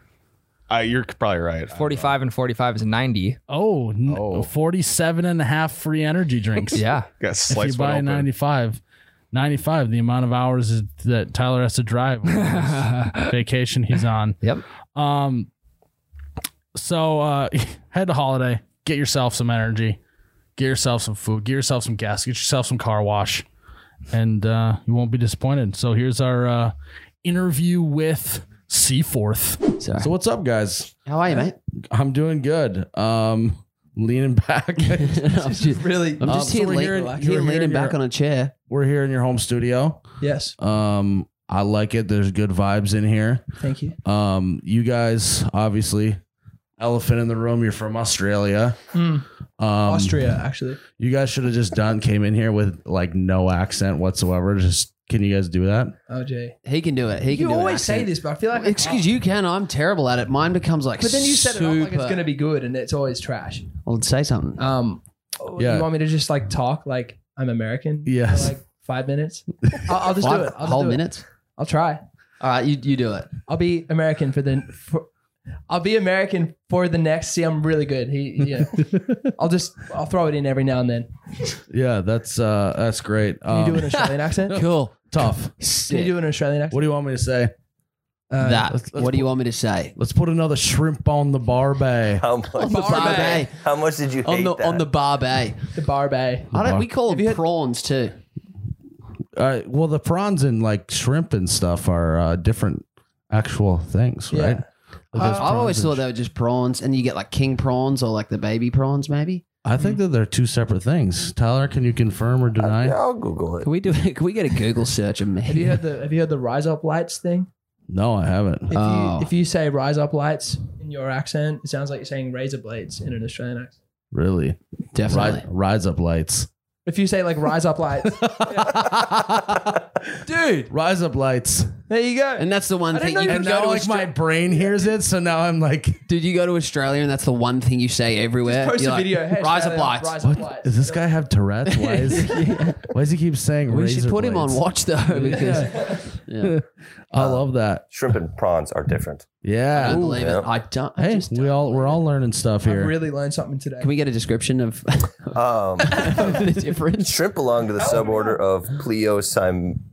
Speaker 3: Uh, you're probably right.
Speaker 2: 45 and 45 is 90.
Speaker 1: Oh, n-
Speaker 3: Oh.
Speaker 1: 47 and a half free energy drinks.
Speaker 2: Yeah.
Speaker 1: If
Speaker 3: Got
Speaker 1: you
Speaker 3: sliced one
Speaker 1: buy
Speaker 3: open.
Speaker 1: 95, 95, the amount of hours is- that Tyler has to drive on this vacation he's on.
Speaker 2: Yep.
Speaker 1: Um, so uh, head to holiday, get yourself some energy, get yourself some food, get yourself some gas, get yourself some car wash, and uh, you won't be disappointed. So here's our uh, interview with Seaforth.
Speaker 2: Sorry.
Speaker 5: So what's up, guys?
Speaker 6: How are you, mate?
Speaker 5: I'm doing good. Um, leaning back.
Speaker 6: I'm just,
Speaker 5: really,
Speaker 6: I'm just
Speaker 5: um, so
Speaker 6: here,
Speaker 5: we're
Speaker 6: lay-
Speaker 5: in-
Speaker 6: here
Speaker 5: you're
Speaker 6: leaning
Speaker 5: in
Speaker 6: back
Speaker 5: your-
Speaker 6: on a chair.
Speaker 5: We're here in your home studio.
Speaker 6: Yes.
Speaker 5: Um, I like it. There's good vibes in here.
Speaker 6: Thank you.
Speaker 5: Um, you guys, obviously, elephant in the room. You're from Australia. Um,
Speaker 6: Austria, actually.
Speaker 5: You guys should have just done came in here with like no accent whatsoever. Just can you guys do that?
Speaker 7: Oh, gee.
Speaker 6: He can do it. He can
Speaker 7: You
Speaker 6: do
Speaker 7: always
Speaker 6: an
Speaker 7: say
Speaker 6: accent.
Speaker 7: this, but I feel like I
Speaker 6: Excuse
Speaker 7: can't.
Speaker 6: you, can I'm terrible at it. Mine becomes like.
Speaker 7: But then you set
Speaker 6: super,
Speaker 7: it up like it's going to be good, and it's always trash.
Speaker 6: Well, say something.
Speaker 7: Um,
Speaker 5: Yeah.
Speaker 7: you want me to just like talk like I'm American?
Speaker 5: Yes.
Speaker 7: For like five minutes. I'll, I'll just
Speaker 6: Five
Speaker 7: do it. I'll just
Speaker 6: whole
Speaker 7: do it.
Speaker 6: minutes.
Speaker 7: I'll try.
Speaker 6: All right, you you do it.
Speaker 7: I'll be American for the. For, I'll be American for the next. See, I'm really good. He, he- yeah. I'll just I'll throw it in every now and then.
Speaker 5: Yeah, that's uh, that's great.
Speaker 7: Can you do
Speaker 5: Um,
Speaker 7: an Australian accent?
Speaker 6: Cool.
Speaker 5: tough.
Speaker 7: Can you do an Australian accent?
Speaker 5: What do you want me to say?
Speaker 7: Uh,
Speaker 6: that.
Speaker 5: let's- let's
Speaker 6: what do you want me to say?
Speaker 5: Let's put another shrimp on the barbie.
Speaker 8: How much?
Speaker 6: On the barbie.
Speaker 8: How much did you hate
Speaker 6: On the
Speaker 8: that?
Speaker 6: on the barbie. I
Speaker 7: The barbe.
Speaker 6: don't. We call
Speaker 7: Have you
Speaker 6: them
Speaker 7: had-
Speaker 6: prawns too.
Speaker 5: Uh, well, the prawns and like shrimp and stuff are uh, different actual things,
Speaker 7: Yeah.
Speaker 5: right? Like those
Speaker 6: Uh, I've always
Speaker 5: prawns
Speaker 6: thought
Speaker 5: and
Speaker 6: they were just prawns, and you get like king prawns or like the baby prawns, maybe.
Speaker 5: sh- I think that they're two separate things. Tyler, can you confirm or deny?
Speaker 8: Yeah, I'll Google it.
Speaker 6: Can we do? Can we get a Google search of me?
Speaker 7: Have you heard the Have you heard the rise up lights thing?
Speaker 5: No, I haven't.
Speaker 7: If,
Speaker 6: Oh.
Speaker 7: you, if you say rise up lights in your accent, it sounds like you're saying razor blades in an Australian accent.
Speaker 5: Really,
Speaker 6: Definitely.
Speaker 5: Rise, rise up lights.
Speaker 7: If you say like rise up lights,
Speaker 5: Rise up lights.
Speaker 7: There you go.
Speaker 6: And that's the one
Speaker 7: I didn't
Speaker 6: thing
Speaker 7: know
Speaker 6: you
Speaker 7: you
Speaker 6: can
Speaker 5: And
Speaker 7: could
Speaker 6: go
Speaker 5: now,
Speaker 6: to.
Speaker 5: like,
Speaker 6: Austra-
Speaker 5: my brain hears it, so now I'm like,
Speaker 6: Dude, you go to Australia, and that's the one thing you say everywhere.
Speaker 7: Post
Speaker 6: You're
Speaker 7: a
Speaker 6: like,
Speaker 7: video. hashtag
Speaker 6: Rise
Speaker 7: it
Speaker 6: up lights.
Speaker 7: Rise up
Speaker 5: what?
Speaker 7: lights.
Speaker 5: Does this guy have Tourette's? Why is, why does he keep saying
Speaker 6: We
Speaker 5: razor
Speaker 6: should put him on
Speaker 5: blades?
Speaker 6: watch though because yeah,
Speaker 5: I love that.
Speaker 8: Shrimp and prawns are different.
Speaker 6: I don't
Speaker 5: Yeah.
Speaker 6: believe it.
Speaker 8: Yeah.
Speaker 6: I don't. I
Speaker 5: Hey,
Speaker 6: just
Speaker 5: we all we're all learning stuff
Speaker 7: I've
Speaker 5: here.
Speaker 7: really learned something today.
Speaker 6: can we get a description of,
Speaker 8: Um,
Speaker 6: of the difference?
Speaker 8: shrimp belong to the suborder of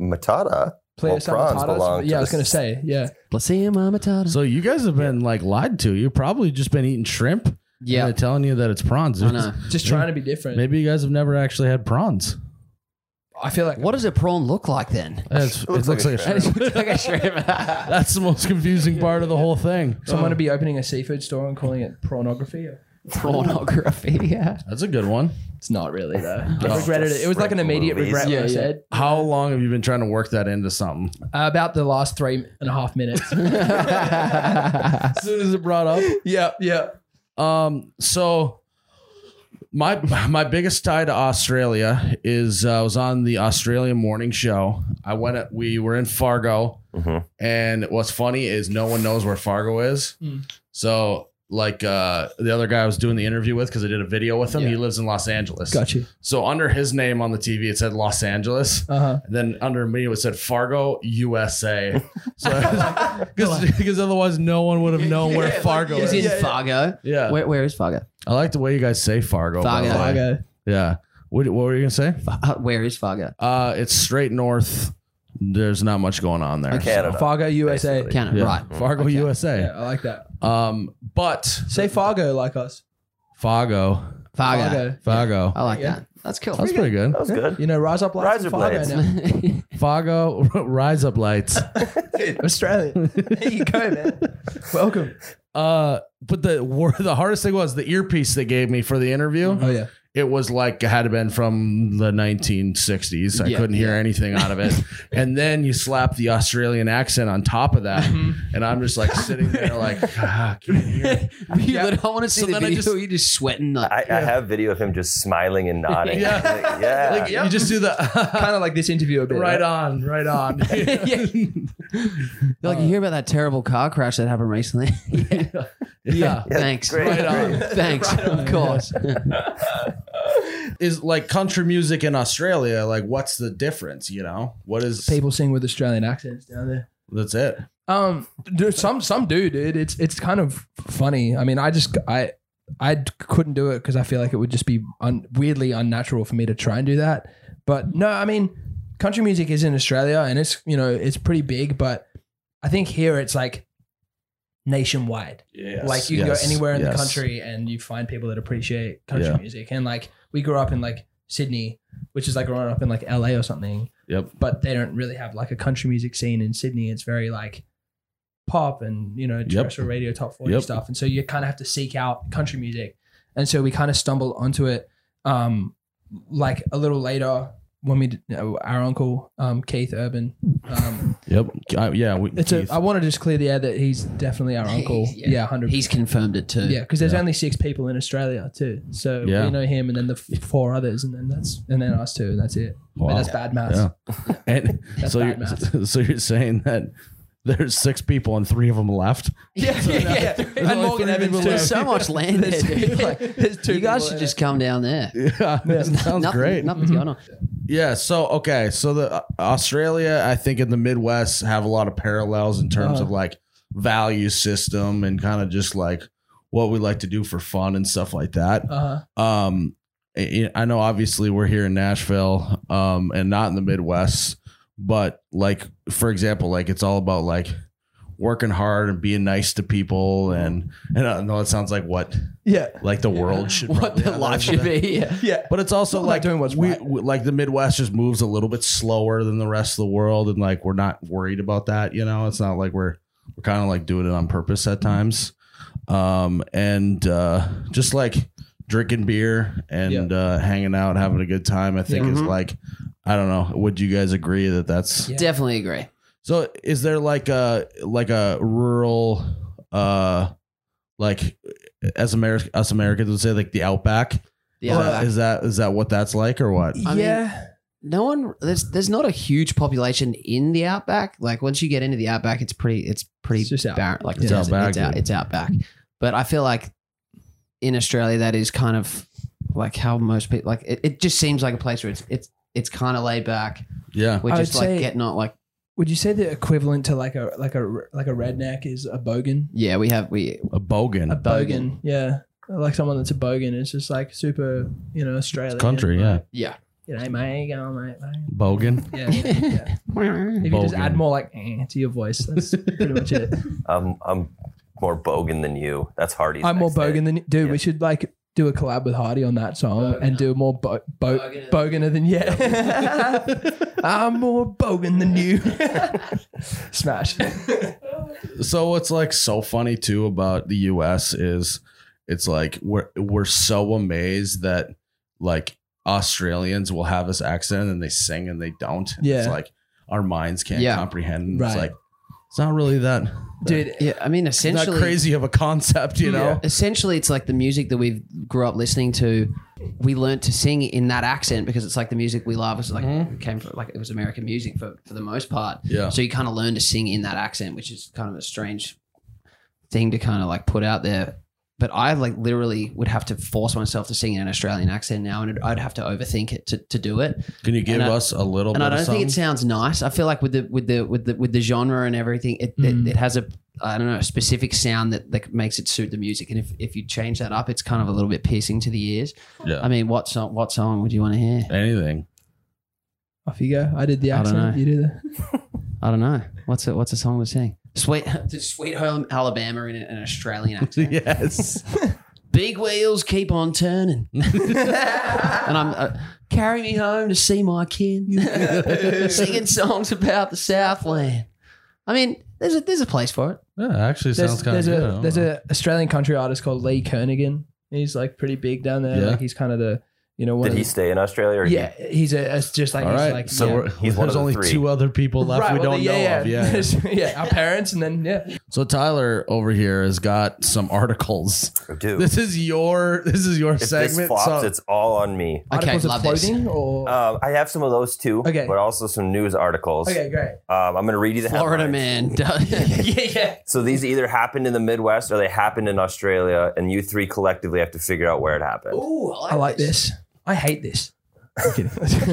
Speaker 8: Pleocymatata.
Speaker 7: Play
Speaker 8: Well,
Speaker 7: some
Speaker 8: prawns
Speaker 7: potatoes?
Speaker 8: belong
Speaker 7: Yeah,
Speaker 8: to
Speaker 7: I was
Speaker 8: the-
Speaker 7: gonna say. Yeah,
Speaker 6: Placenta matata.
Speaker 5: So you guys have been like lied to. You've probably just been eating shrimp. and
Speaker 6: yeah,
Speaker 5: they're telling you that it's prawns.
Speaker 6: I know.
Speaker 7: just trying to be different.
Speaker 5: Maybe you guys have never actually had prawns.
Speaker 7: I feel like
Speaker 6: What does a prawn look like then?
Speaker 5: That's, it looks like, a shrimp.
Speaker 6: like a Uh-huh. shrimp.
Speaker 5: That's the most confusing part of the whole thing.
Speaker 7: So I'm going to be opening a seafood store and calling it pornography.
Speaker 6: Pornography. Yeah.
Speaker 5: That's a good one.
Speaker 7: It's not really though. I regretted it. It was like an immediate regret.
Speaker 6: Oh, Yeah,
Speaker 7: what I
Speaker 6: yeah.
Speaker 7: said
Speaker 5: How long have you been trying to work that into something?
Speaker 7: uh, about the last three and a half minutes.
Speaker 5: As soon as it brought up.
Speaker 7: yeah, yeah.
Speaker 5: Um, so my my biggest tie to Australia is uh, I was on the Australian morning show. I went at, we were in Fargo,
Speaker 8: Mhm.
Speaker 5: and what's funny is no one knows where Fargo is.
Speaker 7: Mm.
Speaker 5: So like uh, the other guy I was doing the interview with because I did a video with him. He lives in Los Angeles.
Speaker 7: Got you.
Speaker 5: So under his name on the TV it said Los Angeles.
Speaker 7: Uh huh.
Speaker 5: And then under me it said Fargo, USA. So because otherwise no one would have known where Fargo
Speaker 6: Is
Speaker 5: is.
Speaker 6: in Fargo.
Speaker 5: yeah.
Speaker 6: Where, where is Fargo?
Speaker 5: I like the way you guys say Fargo. by
Speaker 6: Fargo.
Speaker 5: the way.
Speaker 7: Fargo.
Speaker 5: Yeah. What, what were you gonna say?
Speaker 6: Uh, where is Fargo?
Speaker 5: Uh, it's straight north. There's not much going on there.
Speaker 8: Canada.
Speaker 7: Fargo, USA.
Speaker 8: Basically.
Speaker 6: Canada.
Speaker 5: Yeah.
Speaker 6: Right.
Speaker 5: Fargo, USA.
Speaker 7: Yeah, I like that.
Speaker 5: Um, but
Speaker 7: Say Fargo like us.
Speaker 5: Fargo,
Speaker 6: Fargo.
Speaker 7: Fargo.
Speaker 5: Fargo.
Speaker 6: I like
Speaker 7: Yeah.
Speaker 6: that. That's cool.
Speaker 5: That's pretty good.
Speaker 8: That was good.
Speaker 7: You know, rise up lights.
Speaker 8: Rise
Speaker 7: and
Speaker 8: up
Speaker 7: Fargo
Speaker 8: lights.
Speaker 7: now.
Speaker 5: Fargo, rise up lights.
Speaker 7: Australian. there you go, man. Welcome.
Speaker 5: Uh, but the wor- the hardest thing was the earpiece they gave me for the interview.
Speaker 7: Oh yeah.
Speaker 5: It was like it had been from the 1960s. I
Speaker 6: Yeah,
Speaker 5: couldn't
Speaker 6: yeah.
Speaker 5: hear anything out of it. and then you slap the Australian accent on top of that, and I'm just like sitting there like, ah, can you hear
Speaker 6: You literally- I want to see
Speaker 5: So
Speaker 6: the
Speaker 5: then I
Speaker 6: video.
Speaker 5: just-
Speaker 6: you just sweating like.
Speaker 8: I, I have video of him just smiling and nodding.
Speaker 5: Yeah.
Speaker 8: Like, yeah.
Speaker 5: Like, You just do the
Speaker 7: Kind of like this interview a bit. right?
Speaker 5: right on, right on.
Speaker 6: Yeah. like you hear about that terrible car crash that happened recently. yeah.
Speaker 5: yeah.
Speaker 6: Thanks.
Speaker 8: great. Right
Speaker 5: on.
Speaker 6: Thanks. of course.
Speaker 5: Is like country music in Australia, like what's the difference, you know? What is
Speaker 7: People sing with Australian accents down there.
Speaker 5: that's it.
Speaker 7: Um, dude, some some do, dude. It's it's kind of funny. I mean, I just I I d- couldn't do it because I feel like it would just be un, weirdly unnatural for me to try and do that. But no, I mean, country music is in Australia and it's you know it's pretty big, but I think here it's like nationwide.
Speaker 5: Yeah.
Speaker 7: like you can go anywhere in the country and you find people that appreciate country
Speaker 5: Yeah.
Speaker 7: music. And like we grew up in like Sydney, which is like growing up in like LA or something
Speaker 5: Yep.
Speaker 7: but they don't really have like a country music scene in Sydney. It's very like pop and you know terrestrial radio top forty
Speaker 5: Yep.
Speaker 7: stuff, and so you kind of have to seek out country music. And so we kind of stumbled onto it, um, like a little later when we did, our uncle um, Keith Urban. Um,
Speaker 5: Yep. I, yeah, we,
Speaker 7: it's a, I want to just clear the air that he's definitely our uncle.
Speaker 6: He's- yeah.
Speaker 7: yeah, hundred.
Speaker 6: He's confirmed it too.
Speaker 7: yeah, because there's
Speaker 5: Yeah.
Speaker 7: only six people in Australia too, so
Speaker 5: Yeah.
Speaker 7: we know him, and then the f- four others, and then that's and then us two, and that's it. But
Speaker 5: Wow.
Speaker 7: that's bad math.
Speaker 5: Yeah. and
Speaker 7: That's
Speaker 5: so
Speaker 7: bad
Speaker 5: you're, so you're saying that there's six people and three of them left.
Speaker 7: Yeah, yeah, yeah.
Speaker 5: only three people
Speaker 6: There's
Speaker 5: left.
Speaker 6: so much land there, dude. Like,
Speaker 7: there's two
Speaker 6: you guys
Speaker 7: people
Speaker 6: should
Speaker 7: in
Speaker 6: just come down there.
Speaker 5: Yeah, that sounds
Speaker 6: Nothing-
Speaker 5: great.
Speaker 6: Nothing's going on.
Speaker 5: Yeah. So okay. So the uh, Australia, I think in the Midwest have a lot of parallels in terms
Speaker 7: Uh-huh.
Speaker 5: of like value system and kind of just like what we like to do for fun and stuff like that.
Speaker 7: Uh-huh.
Speaker 5: Um, I I know obviously we're here in Nashville, um, and not in the Midwest, but like for example, like it's all about like working hard and being nice to people and and I know it sounds like what
Speaker 7: Yeah.
Speaker 5: like the world should
Speaker 6: What
Speaker 5: probably
Speaker 6: the
Speaker 5: have
Speaker 6: life
Speaker 5: as
Speaker 6: should
Speaker 5: a-
Speaker 6: be. Yeah.
Speaker 7: Yeah.
Speaker 5: but it's also
Speaker 7: Not
Speaker 5: like
Speaker 7: doing what's
Speaker 5: we,
Speaker 7: right.
Speaker 5: we- like the Midwest just moves a little bit slower than the rest of the world, and like we're not worried about that. You know, it's not like we're we're kind of like doing it on purpose
Speaker 7: Mm-hmm.
Speaker 5: at times, um, and uh, just like drinking beer and
Speaker 7: Yeah. Mm-hmm.
Speaker 5: uh, hanging out, having a good time. I think
Speaker 6: Yeah.
Speaker 5: is
Speaker 6: Mhm.
Speaker 5: like I don't know. Would you guys agree that that's
Speaker 7: Yeah.
Speaker 6: Definitely agree.
Speaker 5: so is there like a like a rural uh like as America us Americans would say like the outback
Speaker 6: Yeah.
Speaker 7: Uh,
Speaker 5: is that is that what that's like or what
Speaker 6: I mean,
Speaker 7: yeah.
Speaker 6: no one there's there's not a huge population in the outback. Like once you get into the outback, it's pretty it's pretty
Speaker 7: It's just out.
Speaker 6: barren. Like
Speaker 5: It's
Speaker 6: it's outback.
Speaker 5: outback,
Speaker 6: It's, out,
Speaker 5: dude.
Speaker 6: it's outback. But I feel like in Australia, that is kind of like how most people like. It, it just seems like a place where it's it's it's kind of laid back.
Speaker 5: Yeah.
Speaker 6: We're
Speaker 7: I
Speaker 6: just
Speaker 7: would
Speaker 6: like
Speaker 7: say-
Speaker 6: getting on like
Speaker 7: Would you say the equivalent to like a like a like a redneck is a bogan?
Speaker 6: yeah. We have we
Speaker 5: A bogan.
Speaker 7: A bogan, yeah. Like someone that's a bogan is just like super, you know, Australian
Speaker 5: country, yeah.
Speaker 7: like,
Speaker 6: yeah.
Speaker 7: You know, mate, go on, mate, mate.
Speaker 5: Bogan.
Speaker 7: Yeah, yeah. If you just
Speaker 5: Bogan.
Speaker 7: add more like eh, to your voice, that's pretty much it.
Speaker 8: I'm I'm more bogan than you. That's Hardy's.
Speaker 7: I'm more
Speaker 8: next day.
Speaker 7: bogan than dude.
Speaker 8: Yeah.
Speaker 7: We should like do a collab with Hardy on that song and do more bo- bo-
Speaker 6: Boganer.
Speaker 7: boganer than yeah. I'm more bogan than you. Smash.
Speaker 5: so what's like so funny too about the US is it's like we're we're so amazed that like Australians will have this accent and they sing and they don't.
Speaker 7: Yeah.
Speaker 5: It's like our minds can't
Speaker 6: Yeah.
Speaker 5: comprehend. And It's
Speaker 7: Right.
Speaker 5: like it's not really that
Speaker 7: Dude,
Speaker 6: Yeah, I mean,
Speaker 5: not
Speaker 6: essentially,
Speaker 5: crazy of a concept, you know.
Speaker 6: essentially, it's like the music that we grew up listening to. We learned to sing in that accent because it's like the music we love. It's like it came from, like it was American music for for the most part.
Speaker 5: Yeah.
Speaker 6: So you kind of learn to sing in that accent, which is kind of a strange thing to kind of like put out there. But I like literally would have to force myself to sing in an Australian accent now, and I'd have to overthink it to, to do it.
Speaker 5: Can you give
Speaker 6: And I-
Speaker 5: us a little
Speaker 6: And
Speaker 5: bit
Speaker 6: I
Speaker 5: of
Speaker 6: don't think
Speaker 5: something?
Speaker 6: it sounds nice. I feel like with the with the with the with the genre and everything, it
Speaker 7: Mm.
Speaker 6: it, it has a I don't know a specific sound that that makes it suit the music. And if if you change that up, it's kind of a little bit piercing to the ears.
Speaker 5: Yeah.
Speaker 6: I mean, what song what song would you want to hear?
Speaker 5: anything.
Speaker 7: off you go. I did the
Speaker 6: I don't
Speaker 7: accent.
Speaker 6: know.
Speaker 7: You do the
Speaker 6: I don't know. What's a what's a song we sing? Sweet Sweet Home Alabama in an Australian accent.
Speaker 5: yes.
Speaker 6: Big wheels keep on turning, and I'm uh, carry me home to see my kin, singing songs about the Southland. I mean, there's a there's a place for it.
Speaker 5: Yeah, actually
Speaker 7: there's,
Speaker 5: sounds kind of
Speaker 7: there's
Speaker 5: good. I
Speaker 7: a
Speaker 5: don't
Speaker 7: there's
Speaker 5: know.
Speaker 7: a Australian country artist called Lee Kernigan. He's like pretty big down there.
Speaker 5: Yeah.
Speaker 7: Like he's kind of the you know one.
Speaker 8: Did
Speaker 7: of
Speaker 8: he
Speaker 7: the-
Speaker 8: stay in Australia? Or he-
Speaker 7: yeah, he's a it's just like
Speaker 5: All
Speaker 7: he's
Speaker 5: right.
Speaker 7: like
Speaker 5: so
Speaker 7: yeah.
Speaker 5: we're,
Speaker 8: He's one
Speaker 5: there's
Speaker 8: of the
Speaker 5: only
Speaker 8: three.
Speaker 5: two other people left
Speaker 7: Right,
Speaker 5: we
Speaker 7: well,
Speaker 5: don't know
Speaker 7: yeah,
Speaker 5: of.
Speaker 7: yeah.
Speaker 5: Yeah.
Speaker 7: yeah, our parents, and then yeah,
Speaker 5: so Tyler over here has got some articles.
Speaker 8: dude.
Speaker 5: This is your this is your
Speaker 8: if this
Speaker 5: segment.
Speaker 8: flops,
Speaker 5: so
Speaker 8: it's all on me.
Speaker 6: Okay,
Speaker 7: articles of
Speaker 6: love this.
Speaker 7: clothing or
Speaker 8: Um, I have some of those too,
Speaker 7: Okay.
Speaker 8: but also some news articles.
Speaker 7: okay, great.
Speaker 8: Um, I'm going to read you the
Speaker 6: Florida
Speaker 8: headlines.
Speaker 6: man. yeah, yeah.
Speaker 8: So these either happened in the Midwest or they happened in Australia, and you three collectively have to figure out where it happened.
Speaker 6: Ooh,
Speaker 7: I like this. I hate this. I'm kidding. Let's go.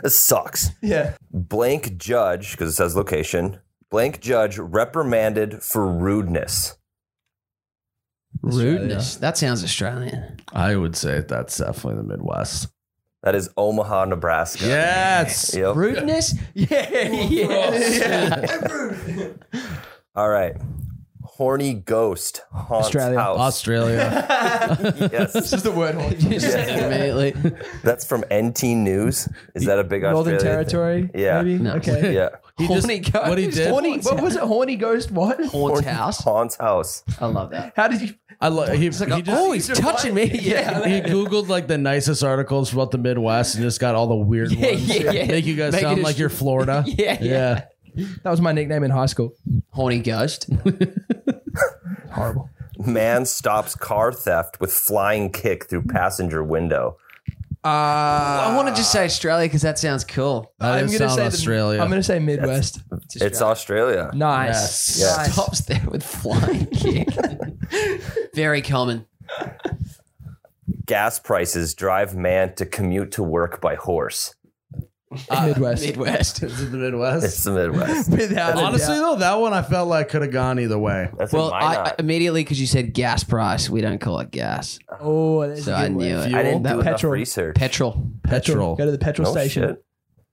Speaker 8: This sucks.
Speaker 7: yeah.
Speaker 8: Blank judge, because it says location. Blank judge reprimanded for rudeness.
Speaker 6: Rudeness. That sounds Australian.
Speaker 5: I would say that's definitely the Midwest.
Speaker 8: That is Omaha, Nebraska.
Speaker 5: Yes.
Speaker 8: Yep.
Speaker 6: Rudeness. Yeah, yeah.
Speaker 8: All right. Horny ghost haunts
Speaker 7: Australia.
Speaker 8: house.
Speaker 5: Australia.
Speaker 8: Yes.
Speaker 7: Just the word horn.
Speaker 6: Immediately.
Speaker 8: That's from NT News. Is that a big
Speaker 7: Northern
Speaker 8: Australia?
Speaker 7: Territory.
Speaker 8: Yeah.
Speaker 7: Maybe.
Speaker 6: No.
Speaker 7: Okay.
Speaker 8: Yeah.
Speaker 5: He just-
Speaker 6: Horny ghost.
Speaker 5: What he did.
Speaker 7: Horny. What was it? Horny ghost. What?
Speaker 6: Haunts house.
Speaker 8: Haunts house.
Speaker 6: I love that.
Speaker 7: How did you?
Speaker 5: I lo- uh, he,
Speaker 6: It's like,
Speaker 5: he just
Speaker 6: oh, he's touching me. Yeah.
Speaker 5: he googled like the nicest articles about the Midwest and just got all the weird
Speaker 6: Yeah,
Speaker 5: ones.
Speaker 6: yeah, yeah.
Speaker 5: Make you guys
Speaker 6: Make it
Speaker 5: sound
Speaker 6: a
Speaker 5: like
Speaker 6: sh-
Speaker 5: you're Florida.
Speaker 6: Yeah, yeah.
Speaker 7: That was my nickname in high school.
Speaker 6: Horny ghost.
Speaker 7: Horrible.
Speaker 8: Man stops car theft with flying kick through passenger window.
Speaker 7: Uh, I
Speaker 6: I want to just say Australia because that sounds cool.
Speaker 5: That is sound Australia.
Speaker 7: The, I'm gonna say Midwest.
Speaker 8: It's Australia.
Speaker 7: Nice.
Speaker 8: Yes.
Speaker 7: Nice.
Speaker 6: Tops there with flying kick. Very common.
Speaker 8: Gas prices drive man to commute to work by horse.
Speaker 7: Midwest.
Speaker 6: Midwest.
Speaker 5: the Midwest.
Speaker 8: It's the Midwest.
Speaker 7: Without
Speaker 5: Honestly though, that one I felt like could have gone either way.
Speaker 8: That's
Speaker 6: Well,
Speaker 8: well,
Speaker 6: I, I immediately because you said gas price, we don't call it gas.
Speaker 7: Oh, that's
Speaker 6: So
Speaker 7: a good
Speaker 6: I
Speaker 7: one.
Speaker 6: knew it.
Speaker 8: I, didn't
Speaker 7: that
Speaker 8: do
Speaker 7: was-
Speaker 8: enough
Speaker 7: Petrol.
Speaker 8: research.
Speaker 6: Petrol.
Speaker 5: Petrol.
Speaker 7: Go to the petrol
Speaker 8: No
Speaker 7: station.
Speaker 8: shit.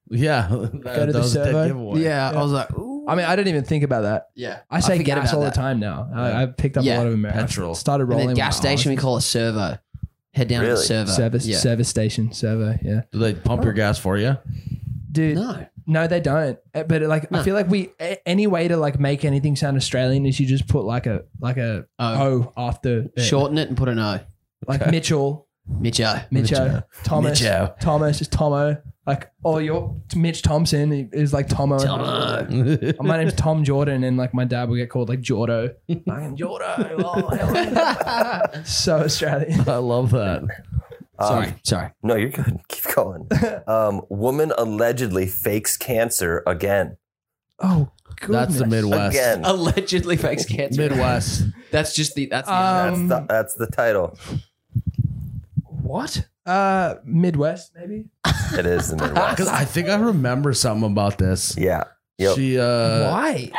Speaker 5: Yeah.
Speaker 7: to
Speaker 5: That,
Speaker 7: the
Speaker 5: that was a
Speaker 7: servo.
Speaker 5: dead giveaway.
Speaker 6: Yeah, I was like, ooh.
Speaker 7: I mean, I didn't even think about that.
Speaker 6: yeah.
Speaker 7: I say
Speaker 6: forget
Speaker 7: gas
Speaker 6: about
Speaker 7: all the
Speaker 6: that.
Speaker 7: time now. I, I picked up
Speaker 6: Yeah.
Speaker 7: a lot of American.
Speaker 5: Petrol.
Speaker 7: Started
Speaker 6: And
Speaker 7: rolling.
Speaker 6: then gas
Speaker 7: with my
Speaker 6: station, we
Speaker 7: eyes.
Speaker 6: call it servo. Head down to the
Speaker 8: Really?
Speaker 6: servo.
Speaker 7: service
Speaker 6: Yeah.
Speaker 7: service station servo. Yeah,
Speaker 5: Do they pump your gas for you?
Speaker 7: dude. No,
Speaker 6: No.
Speaker 7: they don't. Uh, But like, I
Speaker 6: No.
Speaker 7: feel like we a- any way to like make anything sound Australian is you just put like a like a
Speaker 6: Oh,
Speaker 7: O after it.
Speaker 6: shorten it and put an O.
Speaker 7: like Mitchell,
Speaker 6: Mitcho.
Speaker 7: Mitcho, Thomas,
Speaker 5: Mitcho.
Speaker 7: Thomas is Tomo. Like, oh, you're Mitch Thompson is like Tomo.
Speaker 6: Tomo.
Speaker 7: Oh, my name's Tom Jordan, and like my dad will get called like Jordo. I am Jordo. Oh, hell yeah. so Australian.
Speaker 5: I love that.
Speaker 8: Um,
Speaker 6: Sorry, sorry.
Speaker 8: No, you're good. Keep going. Um, woman allegedly fakes cancer again.
Speaker 7: Oh,
Speaker 5: That's the Midwest.
Speaker 8: Again.
Speaker 6: Um, Allegedly fakes cancer.
Speaker 5: Midwest.
Speaker 6: That's just the. That's the.
Speaker 7: Uh,
Speaker 8: That's,
Speaker 7: Um,
Speaker 8: the, that's the title.
Speaker 7: What? Uh, Midwest maybe.
Speaker 8: It is the Midwest.
Speaker 5: Because I think I remember something about this.
Speaker 8: yeah. Yep. She,
Speaker 5: She uh
Speaker 7: Why?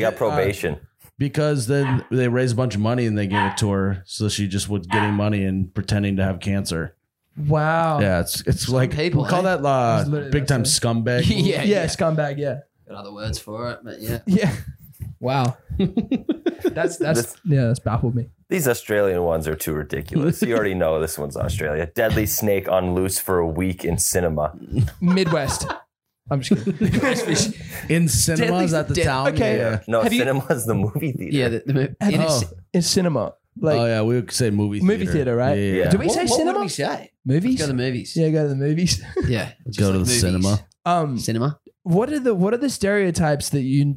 Speaker 8: got probation.
Speaker 5: because then they raised a bunch of money and they gave it to her, so she just was getting money and pretending to have cancer.
Speaker 7: Wow.
Speaker 5: Yeah, it's it's like
Speaker 6: people,
Speaker 5: we call
Speaker 6: eh?
Speaker 5: that uh,
Speaker 7: It's Oh. literally
Speaker 5: big time
Speaker 7: that's
Speaker 5: scumbag.
Speaker 6: yeah,
Speaker 7: yeah,
Speaker 6: yeah.
Speaker 7: scumbag. Yeah,
Speaker 6: Got other words for it, but yeah.
Speaker 7: yeah. Wow, that's that's
Speaker 8: This-
Speaker 7: yeah, that's baffled me.
Speaker 8: These Australian ones are too ridiculous. You already know this one's Australia. Deadly snake on loose for a week in cinema.
Speaker 7: Midwest. I'm just kidding.
Speaker 5: In cinemas
Speaker 6: Deadly-
Speaker 5: at the
Speaker 6: dead-
Speaker 5: town.
Speaker 7: okay.
Speaker 5: Yeah.
Speaker 8: No,
Speaker 7: Have you-
Speaker 8: cinema is the movie theater.
Speaker 6: Yeah, the, the, mo-
Speaker 7: Have
Speaker 6: in
Speaker 7: you-
Speaker 6: a-
Speaker 7: In cinema, like
Speaker 5: oh yeah, we would say movie theater.
Speaker 7: Movie theater, right?
Speaker 5: Yeah.
Speaker 8: Yeah.
Speaker 7: do we
Speaker 6: what,
Speaker 7: say
Speaker 6: what
Speaker 7: cinema?
Speaker 6: would we say?
Speaker 7: movies?
Speaker 6: Let's go to the movies.
Speaker 7: yeah, go to the movies.
Speaker 6: yeah. just
Speaker 5: Go to the
Speaker 6: movies.
Speaker 5: cinema.
Speaker 7: Um,
Speaker 6: Cinema.
Speaker 7: what are the what are the stereotypes that you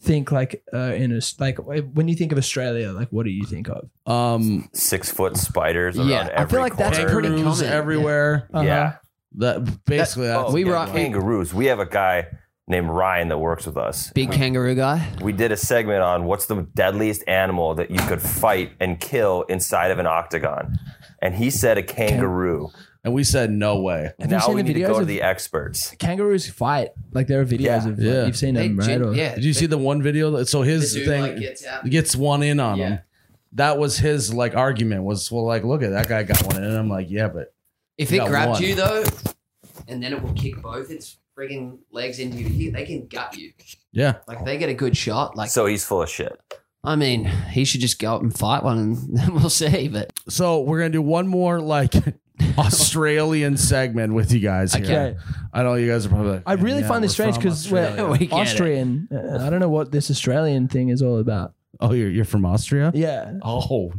Speaker 7: think like uh, in a, like when you think of Australia? Like, what do you think of?
Speaker 5: Um,
Speaker 8: Six foot spiders around
Speaker 6: Yeah, I
Speaker 8: every
Speaker 6: feel like that's
Speaker 8: corner.
Speaker 6: pretty
Speaker 5: kangaroos
Speaker 6: common, yeah.
Speaker 5: everywhere.
Speaker 8: Yeah.
Speaker 5: That basically that's
Speaker 8: we
Speaker 6: we
Speaker 8: were
Speaker 6: rock-
Speaker 8: kangaroos. We have a guy named Ryan that works with us.
Speaker 6: Big kangaroo guy.
Speaker 8: We did a segment on what's the deadliest animal that you could fight and kill inside of an octagon. And he said a kangaroo.
Speaker 5: and we said no way.
Speaker 7: Have you
Speaker 8: now
Speaker 7: seen
Speaker 8: we
Speaker 7: the
Speaker 8: need to
Speaker 7: videos
Speaker 8: go to
Speaker 7: of-
Speaker 8: the experts.
Speaker 7: Kangaroos fight. Like there are videos
Speaker 8: Yeah.
Speaker 7: of like,
Speaker 5: Yeah.
Speaker 7: you've seen
Speaker 6: They
Speaker 7: them, right?
Speaker 6: gen-
Speaker 7: Or-
Speaker 6: yeah.
Speaker 5: Did you see the one video? That, so his
Speaker 6: dude,
Speaker 5: thing
Speaker 6: like, gets out.
Speaker 5: gets one in on
Speaker 6: Yeah.
Speaker 5: him. That was his like argument was well like look at that guy got one in. And I'm like yeah but
Speaker 6: If
Speaker 5: You
Speaker 6: it
Speaker 5: got
Speaker 6: grabs
Speaker 5: one.
Speaker 6: you though, and then it will kick both its frigging legs into you, they can gut you.
Speaker 5: yeah
Speaker 6: Like if they get a good shot. Like
Speaker 8: So he's full of shit.
Speaker 6: I mean, he should just go up and fight one, and then we'll see. But
Speaker 5: So we're gonna do one more like Australian segment with you guys here.
Speaker 7: Okay.
Speaker 5: I know you guys are probably. Like,
Speaker 7: I really
Speaker 5: "Yeah,
Speaker 7: find this
Speaker 5: we're
Speaker 7: strange
Speaker 5: from
Speaker 7: because
Speaker 5: Australia."
Speaker 7: we're
Speaker 6: We get it.
Speaker 7: Austrian. Uh, I don't know what this Australian thing is all about.
Speaker 5: oh, you're you're from Austria.
Speaker 7: Yeah.
Speaker 5: Oh,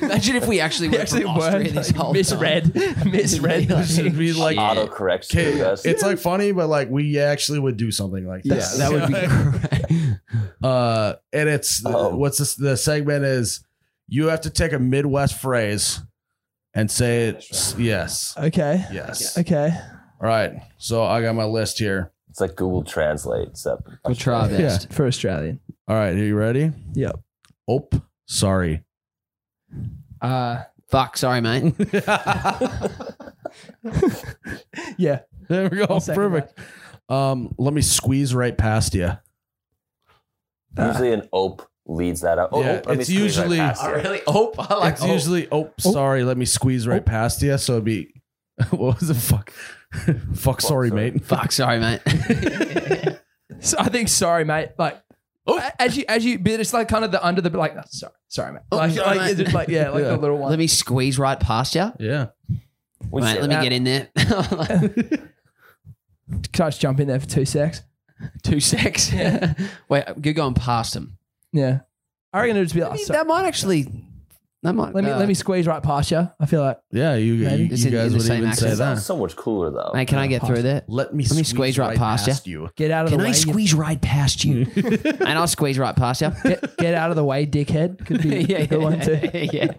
Speaker 6: imagine if we actually
Speaker 7: We
Speaker 6: went from Austria
Speaker 7: weren't,
Speaker 6: this
Speaker 7: like,
Speaker 6: whole
Speaker 7: misread. misread.
Speaker 6: Like,
Speaker 7: the
Speaker 5: it'd be like
Speaker 8: Auto corrects
Speaker 5: okay,
Speaker 8: to us.
Speaker 5: it's like funny, but like we actually would do something like
Speaker 7: Yeah,
Speaker 5: this.
Speaker 6: That would be great.
Speaker 5: Uh, and it's
Speaker 8: Oh.
Speaker 5: what's this? The segment is you have to take a Midwest phrase and say it. Yes,
Speaker 7: Okay.
Speaker 5: yes.
Speaker 7: Okay.
Speaker 5: All right. So I got my list here.
Speaker 8: It's like Google Translate. Except
Speaker 6: We'll try our best.
Speaker 7: For Australian.
Speaker 5: All right, are you ready?
Speaker 7: Yep.
Speaker 5: Ope. Sorry.
Speaker 7: Uh
Speaker 6: Fuck, sorry, mate.
Speaker 7: yeah.
Speaker 5: There we go.
Speaker 7: I'll second
Speaker 5: Perfect. Um, let me squeeze right past you.
Speaker 8: usually an ope leads that up. Oh,
Speaker 5: uh, Yeah,
Speaker 8: ope, let me
Speaker 5: it's
Speaker 8: squeeze right
Speaker 5: usually-
Speaker 8: past you.
Speaker 6: Oh, really hope I like
Speaker 5: it's usually, oh,
Speaker 7: Oh.
Speaker 5: sorry, let me squeeze
Speaker 6: Oh.
Speaker 5: right past you. So it'd be, what was the fuck? fuck, sorry,
Speaker 8: sorry.
Speaker 5: mate.
Speaker 6: fuck, sorry, mate.
Speaker 7: So I think sorry, mate. Like a- as you as you but it's like kind of the under the like sorry, sorry, mate.
Speaker 6: Oh,
Speaker 7: Like,
Speaker 6: sorry,
Speaker 7: like,
Speaker 6: mate.
Speaker 7: it's like yeah, like
Speaker 5: Yeah.
Speaker 7: the little one.
Speaker 6: let me squeeze right past you.
Speaker 5: Yeah.
Speaker 8: We
Speaker 6: mate,
Speaker 8: say
Speaker 6: let
Speaker 8: that.
Speaker 6: me get in there.
Speaker 7: Can I just jump in there for two secs?
Speaker 6: Two secs. Wait, you're going past him.
Speaker 7: Yeah. I reckon it'd just be like
Speaker 6: I mean,
Speaker 7: sorry.
Speaker 6: that might actually. That might.
Speaker 7: let me
Speaker 6: uh,
Speaker 7: let me squeeze right past you. I feel like
Speaker 5: Yeah. You, you,
Speaker 7: Maybe.
Speaker 5: you
Speaker 6: It's in-
Speaker 5: guys
Speaker 6: in the
Speaker 5: would
Speaker 6: same
Speaker 5: even
Speaker 6: accent.
Speaker 5: say that.
Speaker 8: It sounds so much cooler though.
Speaker 6: Mate, uh, can I get through that?
Speaker 5: Let me,
Speaker 6: Let me squeeze right past ya.
Speaker 5: you.
Speaker 7: get out of
Speaker 6: Can
Speaker 7: the
Speaker 6: I
Speaker 7: way. you-
Speaker 6: squeeze right past you? and I'll squeeze right past you.
Speaker 7: get, get out of the way, dickhead. Could be a good one too.
Speaker 6: yeah.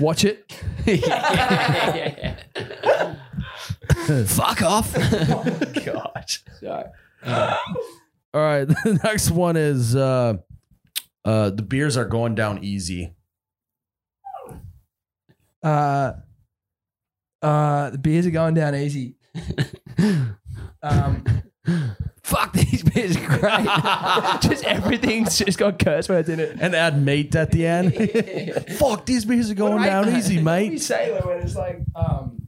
Speaker 7: Watch it.
Speaker 6: Fuck off.
Speaker 5: All right. The next one is uh, uh, the beers are going down easy.
Speaker 7: Uh, uh, the beers are going down easy. um,
Speaker 6: Fuck these beers are great.
Speaker 7: just everything's just got curse words in it.
Speaker 5: And add mate at the end. fuck, these beers are going
Speaker 7: Right?
Speaker 5: down easy,
Speaker 7: What do you
Speaker 5: mate.
Speaker 7: say though when it's like, um,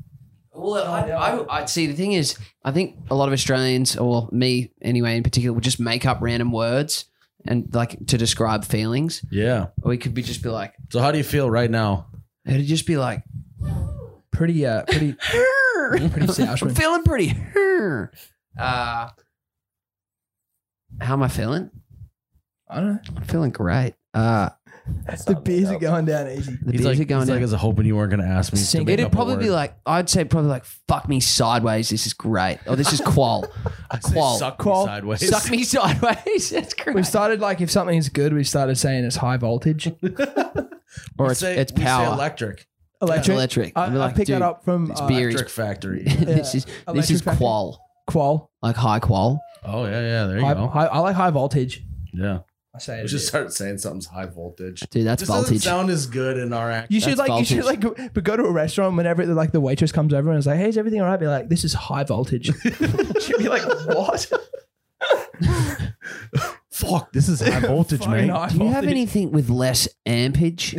Speaker 6: well, I, I, I see. The thing is, I think a lot of Australians, or me anyway, in particular, would just make up random words and like to describe feelings.
Speaker 5: Yeah.
Speaker 6: Or we could be just be like,
Speaker 5: So how do you feel right now?
Speaker 6: it'd just be like,
Speaker 7: pretty, uh, pretty, pretty sour.
Speaker 6: I'm feeling pretty. Uh, how am I feeling?
Speaker 7: I don't know.
Speaker 6: I'm feeling great. Uh,
Speaker 8: That's
Speaker 7: The
Speaker 8: not
Speaker 7: beers
Speaker 8: made
Speaker 7: are
Speaker 8: up.
Speaker 7: going down easy.
Speaker 6: the
Speaker 5: He's
Speaker 6: beers
Speaker 5: like,
Speaker 6: are going
Speaker 5: he's
Speaker 6: down.
Speaker 5: like, I was hoping you weren't going to ask me. to
Speaker 7: Sing-
Speaker 5: make
Speaker 6: It'd
Speaker 5: up a
Speaker 6: probably be
Speaker 5: word.
Speaker 6: like, I'd say probably like, fuck me sideways. This is great. Oh, this is qual.
Speaker 5: I say
Speaker 6: Qual.
Speaker 5: Suck
Speaker 7: Qual.
Speaker 5: me sideways.
Speaker 6: Suck me sideways. That's
Speaker 7: We've
Speaker 6: great.
Speaker 7: started like if something's good, we've started saying it's high voltage.
Speaker 6: Or
Speaker 5: We
Speaker 6: it's,
Speaker 5: say-
Speaker 6: it's
Speaker 5: we say
Speaker 6: power.
Speaker 5: electric.
Speaker 7: Electric.
Speaker 6: Electric.
Speaker 7: I,
Speaker 6: I'd be
Speaker 7: I
Speaker 6: like,
Speaker 7: picked
Speaker 6: dude,
Speaker 7: that up from
Speaker 6: it's
Speaker 7: uh,
Speaker 6: beer.
Speaker 5: Electric factory.
Speaker 6: this is this
Speaker 7: Electric
Speaker 6: is
Speaker 7: factory.
Speaker 6: qual,
Speaker 7: Qual.
Speaker 6: like high qual.
Speaker 5: Oh yeah, yeah. There you
Speaker 7: High,
Speaker 5: go.
Speaker 7: high- I like high voltage.
Speaker 5: yeah.
Speaker 7: I say
Speaker 5: We
Speaker 7: it.
Speaker 5: should start saying something's high voltage.
Speaker 6: Dude, that's
Speaker 5: This doesn't
Speaker 6: voltage.
Speaker 5: sound as good in our act.
Speaker 7: You should
Speaker 6: That's
Speaker 7: like you should like go- but go to a restaurant whenever like the waitress comes over and is like, "Hey, is everything all right?" Be like, "This is high voltage." She'd be like, "What?"
Speaker 5: Fuck, this is high voltage,
Speaker 7: Fucking
Speaker 5: man.
Speaker 7: high
Speaker 6: Do you have
Speaker 7: voltage.
Speaker 6: anything with less ampage?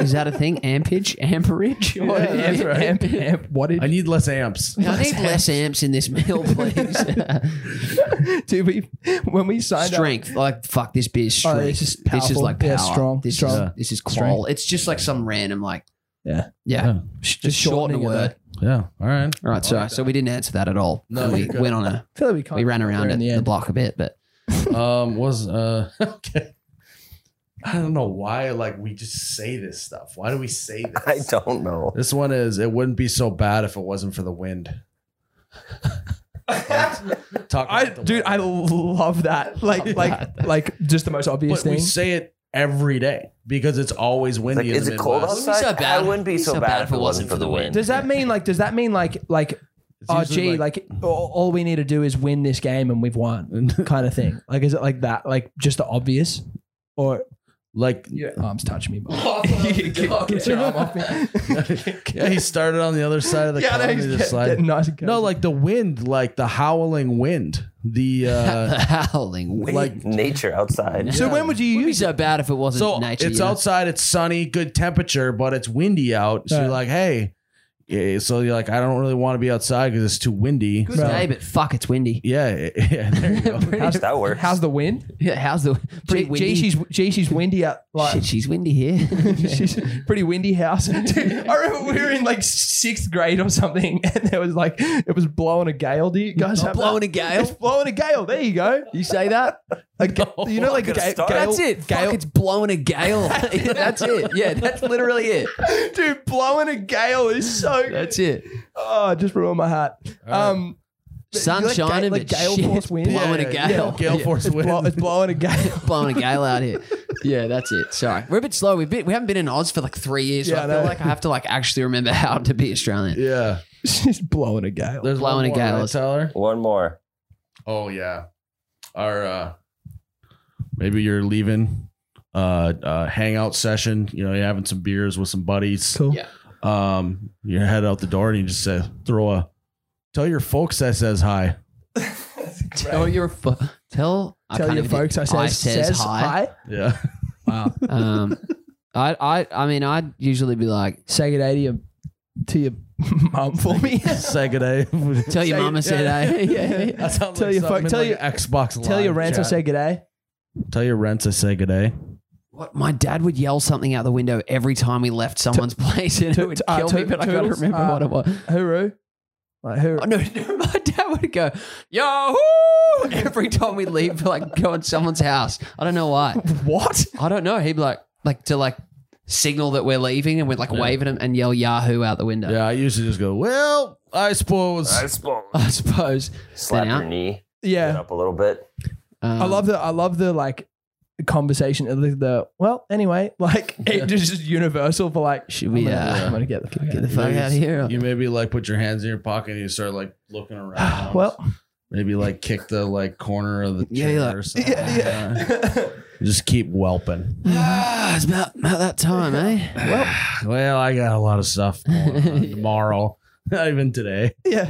Speaker 6: is that a thing? Ampage? Amperage? What
Speaker 7: Yeah,
Speaker 6: is
Speaker 7: that's
Speaker 6: it?
Speaker 7: right. amp, amp, what did
Speaker 5: I need less amps.
Speaker 6: I need less amps in this meal, please.
Speaker 7: do we when we signed up?
Speaker 6: strength. Like, fuck, this beer's
Speaker 7: Oh,
Speaker 6: strength.
Speaker 7: this is
Speaker 6: this is
Speaker 7: powerful.
Speaker 6: like power.
Speaker 7: Yeah, strong,
Speaker 6: This
Speaker 7: strong.
Speaker 6: is
Speaker 5: Yeah.
Speaker 6: this is qual. It's just like some random like
Speaker 7: Yeah.
Speaker 6: yeah.
Speaker 5: Yeah.
Speaker 6: Just, shorten
Speaker 7: shortening
Speaker 6: a
Speaker 7: it
Speaker 6: word.
Speaker 5: Yeah. All right.
Speaker 6: All right, so so we didn't answer that at all.
Speaker 5: No,
Speaker 6: And we
Speaker 5: you're good.
Speaker 6: went on a
Speaker 7: I feel like we can't
Speaker 6: we ran
Speaker 7: get
Speaker 6: around
Speaker 7: there
Speaker 6: at
Speaker 7: in the
Speaker 6: the,
Speaker 7: end.
Speaker 6: block a bit, but
Speaker 5: Um, was uh okay. I don't know why like we just say this stuff. Why do we say this?
Speaker 8: I don't know.
Speaker 5: This one is it wouldn't be so bad if it wasn't for the wind. Talk
Speaker 7: I,
Speaker 5: about the
Speaker 7: dude, I
Speaker 5: weather.
Speaker 7: love that. Like, like, like, just the most obvious
Speaker 5: but we
Speaker 7: thing.
Speaker 5: say it every day because it's always
Speaker 8: Like,
Speaker 5: windy. in
Speaker 8: is
Speaker 5: the
Speaker 8: it cold
Speaker 5: Midwest.
Speaker 8: outside?
Speaker 6: so bad.
Speaker 8: I wouldn't be
Speaker 6: It's
Speaker 8: so, bad, if it wasn't for the wind.
Speaker 7: Does that mean like? Does that mean like, like,
Speaker 5: It's
Speaker 7: oh,
Speaker 5: usually
Speaker 7: gee, like, all all we need to do is win this game and we've won, kind of thing? Like, is it like that? Like, just the obvious, or
Speaker 5: like
Speaker 7: your arms touch me? But
Speaker 5: yeah.
Speaker 7: get your arm off me.
Speaker 5: he started on the other side of the
Speaker 7: yeah,
Speaker 5: comedy
Speaker 7: he's
Speaker 5: to
Speaker 7: get,
Speaker 5: slide.
Speaker 7: getting nice and
Speaker 5: No, like the wind, like the howling wind. The uh
Speaker 6: the howling wind.
Speaker 5: like-
Speaker 8: nature outside?
Speaker 7: So when would you
Speaker 6: Wouldn't be
Speaker 7: use
Speaker 6: so bad if it wasn't
Speaker 5: so
Speaker 6: nature.
Speaker 5: it's
Speaker 6: you know?
Speaker 5: outside, it's sunny, good temperature, but it's windy out. So
Speaker 7: Right.
Speaker 5: you're like, hey, yeah, so you're like, I don't really want to be outside because it's too windy.
Speaker 6: Good
Speaker 7: Right.
Speaker 6: day, but fuck, it's windy.
Speaker 5: Yeah, yeah, there you go.
Speaker 6: Pretty-
Speaker 8: That works.
Speaker 7: How's the wind?
Speaker 6: yeah, how's the pretty
Speaker 7: Gee,
Speaker 6: windy?
Speaker 7: gee, she's gee, she's windy out. Like,
Speaker 6: Shit, she's windy here.
Speaker 7: She's a pretty windy house. Dude, I remember we were in like sixth grade or something, and there was like it was blowing a gale. Do you guys have
Speaker 6: blowing
Speaker 7: that?
Speaker 6: a gale?
Speaker 7: It's blowing a gale. There you go.
Speaker 6: you say that?
Speaker 7: A ga- you know, like
Speaker 8: Good
Speaker 7: ga- gale.
Speaker 8: start.
Speaker 6: That's it. Fuck, it's blowing a gale. that's it. Yeah, that's literally it.
Speaker 7: Dude, blowing a gale is so. good.
Speaker 6: That's it.
Speaker 7: Oh, I just ruined my hat. Um, but you
Speaker 6: Sun
Speaker 7: like ga-
Speaker 6: shining,
Speaker 7: like
Speaker 6: but
Speaker 7: gale
Speaker 6: shit,
Speaker 7: force wind.
Speaker 6: blowing
Speaker 5: Yeah,
Speaker 6: a
Speaker 5: yeah,
Speaker 6: gale.
Speaker 5: Gale force
Speaker 7: It's,
Speaker 5: wind.
Speaker 7: blow- it's blowing a gale.
Speaker 6: blowing a gale out here. Yeah, that's it. Sorry, we're a bit slow. We've been, we haven't been in Oz for like three years. So
Speaker 7: Yeah,
Speaker 6: I
Speaker 7: I
Speaker 6: feel
Speaker 7: know.
Speaker 6: like I have to like actually remember how to be Australian.
Speaker 5: yeah,
Speaker 7: She's blowing a gale.
Speaker 5: there's
Speaker 6: Blowing a
Speaker 5: one more,
Speaker 6: gale.
Speaker 5: right, Tyler.
Speaker 8: One more.
Speaker 5: Oh yeah, our uh, maybe you're leaving uh, uh hangout session. You know, you're having some beers with some buddies.
Speaker 7: Cool.
Speaker 6: Yeah.
Speaker 5: Um, you head out the door and you just say, throw a tell your folks I says hi.
Speaker 6: Tell your fo- tell I
Speaker 7: Tell
Speaker 6: can't
Speaker 7: your
Speaker 6: even do-
Speaker 7: folks I says,
Speaker 6: I says, hi.
Speaker 5: Yeah,
Speaker 7: Wow.
Speaker 6: Um, I I I mean I'd usually be like
Speaker 7: Say good day to your, to your mum for me.
Speaker 5: say good day.
Speaker 6: tell your
Speaker 7: Say-
Speaker 6: mama said
Speaker 7: yeah.
Speaker 6: hey. Yeah, yeah.
Speaker 5: That sounds
Speaker 7: Tell your
Speaker 5: something
Speaker 7: fuck-
Speaker 5: in,
Speaker 7: tell
Speaker 5: like,
Speaker 7: your-
Speaker 5: Xbox.
Speaker 7: Tell
Speaker 5: Live
Speaker 7: your rent I
Speaker 5: chat.
Speaker 7: say good day.
Speaker 5: Tell your rent I say good day.
Speaker 6: What my dad would yell something out the window every time we left someone's place, and
Speaker 7: to-
Speaker 6: it would
Speaker 7: uh,
Speaker 6: kill me.
Speaker 7: to-
Speaker 6: But I gotta
Speaker 7: toodles,
Speaker 6: remember
Speaker 7: uh,
Speaker 6: what it was.
Speaker 7: Hooroo. Like hooroo.
Speaker 6: Oh, no, no, my dad would go Yahoo every time we leave, like go in someone's house. I don't know why.
Speaker 7: What?
Speaker 6: I don't know. He'd be like, like to like signal that we're leaving, and we'd like wave at him and yell Yahoo out the window.
Speaker 5: Yeah, I usually just go. Well, I suppose.
Speaker 8: I suppose.
Speaker 5: Oh.
Speaker 6: I suppose.
Speaker 8: Slap
Speaker 6: Then out.
Speaker 8: your knee.
Speaker 7: Yeah.
Speaker 8: Get up a little bit.
Speaker 6: Um,
Speaker 7: I love the I love the like conversation the, the well anyway like it just is universal for like
Speaker 6: Should we,
Speaker 7: I'm gonna,
Speaker 6: uh,
Speaker 7: I'm gonna get the fuck
Speaker 6: Get the
Speaker 7: out.
Speaker 6: fuck out of here.
Speaker 5: you maybe like put your hands in your pocket and you start like looking around.
Speaker 7: well
Speaker 5: maybe like kick the like corner of the
Speaker 6: Yeah,
Speaker 5: chair
Speaker 6: you're like-
Speaker 5: or something. Uh, Just keep whelping.
Speaker 6: ah, it's about, about that time, eh?
Speaker 7: well
Speaker 5: Well, I got a lot of stuff going on
Speaker 6: Yeah.
Speaker 5: tomorrow. Not even today.
Speaker 7: yeah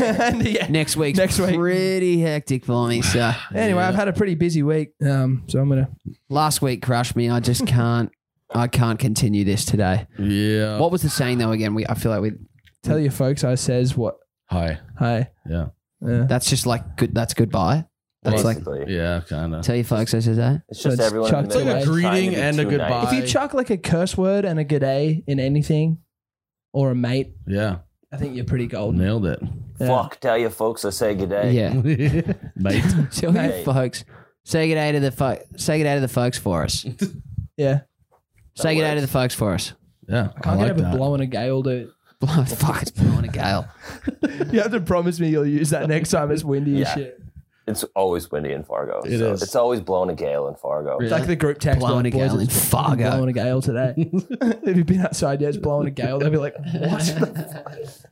Speaker 7: and yeah
Speaker 6: Next week's
Speaker 7: Next week.
Speaker 6: pretty hectic for me. So
Speaker 7: anyway I've had a pretty busy week um so I'm gonna
Speaker 6: last week crushed me. I just can't. I can't continue this today.
Speaker 5: Yeah.
Speaker 6: What was the saying though? Again, we I feel like we Mm.
Speaker 7: tell your folks I says what Uh,
Speaker 5: Hi.
Speaker 7: hey
Speaker 5: Yeah.
Speaker 7: yeah
Speaker 6: that's just like good. That's goodbye. That's like
Speaker 8: Basically.
Speaker 5: Yeah, kind of.
Speaker 6: tell your folks I said that.
Speaker 8: It's
Speaker 7: So
Speaker 8: just
Speaker 7: it's
Speaker 8: everyone.
Speaker 7: chucked
Speaker 8: in the
Speaker 7: away.
Speaker 8: middle
Speaker 7: It's
Speaker 5: a
Speaker 8: trying to
Speaker 5: greeting
Speaker 8: be
Speaker 5: and a
Speaker 8: too
Speaker 5: goodbye.
Speaker 7: if you chuck like a curse word and a good a in anything or a mate
Speaker 5: Yeah.
Speaker 7: I think you're pretty golden
Speaker 5: Nailed it.
Speaker 7: Yeah.
Speaker 8: Fuck, tell your folks I say good day.
Speaker 6: Yeah.
Speaker 5: Mate.
Speaker 6: Tell your
Speaker 8: Hey.
Speaker 6: folks. Say good day to the fo- say good day to the folks for us.
Speaker 7: yeah
Speaker 6: Say good day to
Speaker 8: works.
Speaker 6: the folks for us.
Speaker 5: Yeah.
Speaker 7: I can't get over blowing a gale dude
Speaker 6: Blow, fuck, it's blowing a gale.
Speaker 7: You have to promise me you'll use that next time it's windy
Speaker 8: Yeah.
Speaker 7: and shit.
Speaker 8: It's always windy in Fargo.
Speaker 5: It
Speaker 8: so
Speaker 5: is.
Speaker 8: It's always blowing a gale in Fargo.
Speaker 7: It's like the group text.
Speaker 6: Blowing
Speaker 7: like,
Speaker 6: a
Speaker 7: "Boys,
Speaker 6: gale
Speaker 7: it's
Speaker 6: in
Speaker 7: fucking
Speaker 6: Fargo."
Speaker 7: Blowing a gale today. Have you been outside yet? It's blowing a gale. They'll be like, what?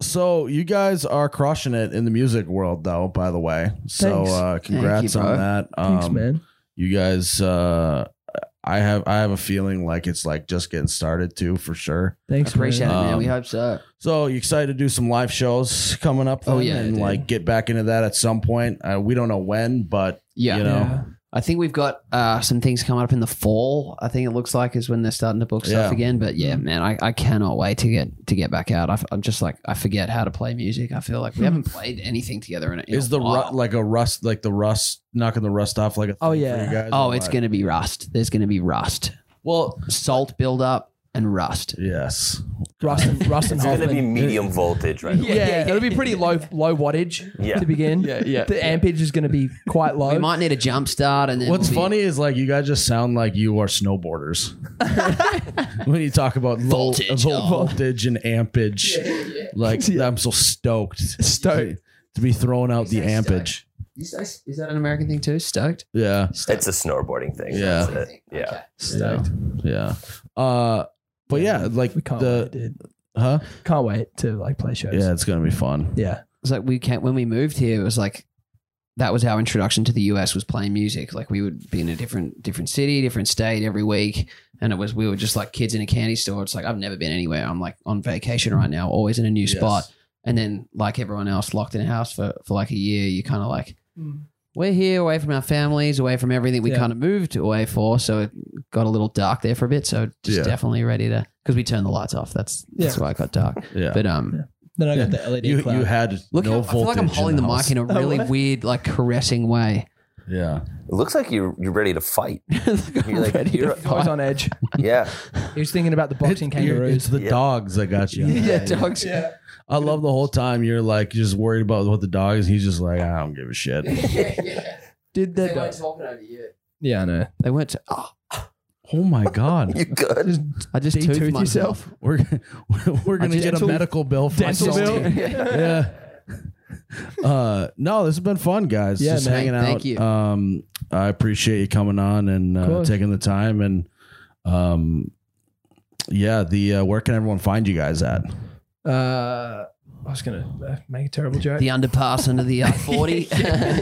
Speaker 5: So you guys are crushing it in the music world, though. By the way, so
Speaker 7: Thanks.
Speaker 5: uh, congrats
Speaker 6: you, bro.
Speaker 5: on that. Um,
Speaker 7: Thanks, man.
Speaker 5: You guys, uh, I have I have a feeling like it's like just getting started too for sure.
Speaker 7: Thanks,
Speaker 6: Appreciate
Speaker 7: man.
Speaker 6: it, man.
Speaker 5: Um,
Speaker 6: We hope so.
Speaker 5: So you excited to do some live shows coming up?
Speaker 6: Oh,
Speaker 5: then
Speaker 6: yeah,
Speaker 5: and
Speaker 6: dude.
Speaker 5: like get back into that at some point. Uh, we don't know when, but
Speaker 6: Yeah.
Speaker 5: you know,
Speaker 6: I think we've got uh, some things coming up in the fall. I think it looks like is when they're starting to book stuff
Speaker 5: Yeah.
Speaker 6: again. But
Speaker 7: Mm.
Speaker 6: yeah, man, I, I cannot wait to get to get back out. I, am just like I forget how to play music. I feel like we haven't played anything together in it.
Speaker 5: is the ru- like a rust like the rust knocking the rust off like a
Speaker 7: Oh,
Speaker 5: thing for
Speaker 7: yeah.
Speaker 5: you guys
Speaker 6: oh,
Speaker 5: or
Speaker 6: it's
Speaker 5: what?
Speaker 6: gonna be rust. There's gonna be rust,
Speaker 5: well
Speaker 6: salt buildup, and rust.
Speaker 5: yes
Speaker 7: Rust and, Rust and
Speaker 8: It's going to be
Speaker 7: Hoffman.
Speaker 8: medium voltage right
Speaker 7: yeah,
Speaker 8: away.
Speaker 7: it'll be pretty low low wattage
Speaker 8: Yeah.
Speaker 7: to begin.
Speaker 6: Yeah, yeah,
Speaker 7: The ampage is going to be quite low.
Speaker 6: We might need a jump start, and then
Speaker 5: What's
Speaker 6: we'll be-
Speaker 5: funny is like you guys just sound like you are snowboarders when you talk about low-
Speaker 6: Voltage,
Speaker 5: low
Speaker 6: oh.
Speaker 5: voltage and ampage. Like I'm so stoked,
Speaker 7: Stoked.
Speaker 5: to be throwing out the
Speaker 6: He's so
Speaker 5: ampage.
Speaker 6: You say- Is that an American thing too? Stoked.
Speaker 5: Yeah,
Speaker 8: It's a snowboarding thing.
Speaker 5: Yeah.
Speaker 8: That's it. Yeah.
Speaker 6: Okay.
Speaker 5: stoked. Yeah, uh, but yeah, like
Speaker 7: we can't wait,
Speaker 5: the
Speaker 7: dude.
Speaker 5: huh?
Speaker 7: Can't wait to like play shows.
Speaker 5: Yeah, it's gonna be fun.
Speaker 7: Yeah.
Speaker 6: It's like we came when we moved here. It was like that was our introduction to the US was playing music. Like we would be in a different different city, different state every week, and it was we were just like kids in a candy store. It's like I've never been anywhere. I'm like on vacation right now, always in a new
Speaker 5: Yes.
Speaker 6: spot. And then like everyone else, locked in a house for for like a year, you kind of like.
Speaker 7: Mm.
Speaker 6: We're here, away from our families, away from everything we
Speaker 7: Yeah.
Speaker 6: kind of moved away for. So it got a little dark there for a bit. So just
Speaker 5: Yeah.
Speaker 6: definitely ready to because we turned the lights off. That's that's
Speaker 7: Yeah.
Speaker 6: why it got dark.
Speaker 5: Yeah,
Speaker 6: But um,
Speaker 7: Then I
Speaker 5: Yeah.
Speaker 7: got the LED
Speaker 5: you
Speaker 7: cloud.
Speaker 5: you had
Speaker 6: Look,
Speaker 5: no
Speaker 6: how, I feel like I'm
Speaker 5: voltage
Speaker 6: holding the,
Speaker 5: house.
Speaker 6: mic in a really
Speaker 7: Oh, what?
Speaker 6: weird, like caressing way.
Speaker 5: Yeah,
Speaker 8: It looks like you're, you're ready to fight.
Speaker 6: Look, I'm
Speaker 8: You're like,
Speaker 6: ready to
Speaker 8: you're-
Speaker 7: I was
Speaker 6: fight.
Speaker 7: on edge.
Speaker 8: Yeah.
Speaker 7: He was thinking about the boxing
Speaker 5: It's- you're-
Speaker 7: kangaroos.
Speaker 5: It's the
Speaker 8: Yeah.
Speaker 5: dogs that got you.
Speaker 6: yeah, dogs.
Speaker 5: I love the whole time you're like just worried about what the dog is. He's just like, I don't give a shit.
Speaker 7: Did the
Speaker 6: talking over you.
Speaker 7: Yeah, I know.
Speaker 6: They weren't. Oh,
Speaker 5: oh my god,
Speaker 8: You good?
Speaker 7: Just
Speaker 6: I just toothed
Speaker 7: toothed
Speaker 6: myself.
Speaker 7: yourself.
Speaker 5: we're we're gonna
Speaker 6: just-
Speaker 5: get a
Speaker 6: dental-
Speaker 5: medical bill for
Speaker 7: dental
Speaker 5: something.
Speaker 7: bill?
Speaker 5: yeah. Uh, no, this has been fun, guys.
Speaker 7: Yeah,
Speaker 5: just
Speaker 7: man.
Speaker 5: hanging out.
Speaker 6: Thank you.
Speaker 5: Um, I appreciate you coming on and
Speaker 7: Of
Speaker 5: uh,
Speaker 7: course.
Speaker 5: taking the time and um, yeah. The uh, where can everyone find you guys at?
Speaker 7: Uh, I was gonna uh, make a terrible joke.
Speaker 6: The underpass under the I-40.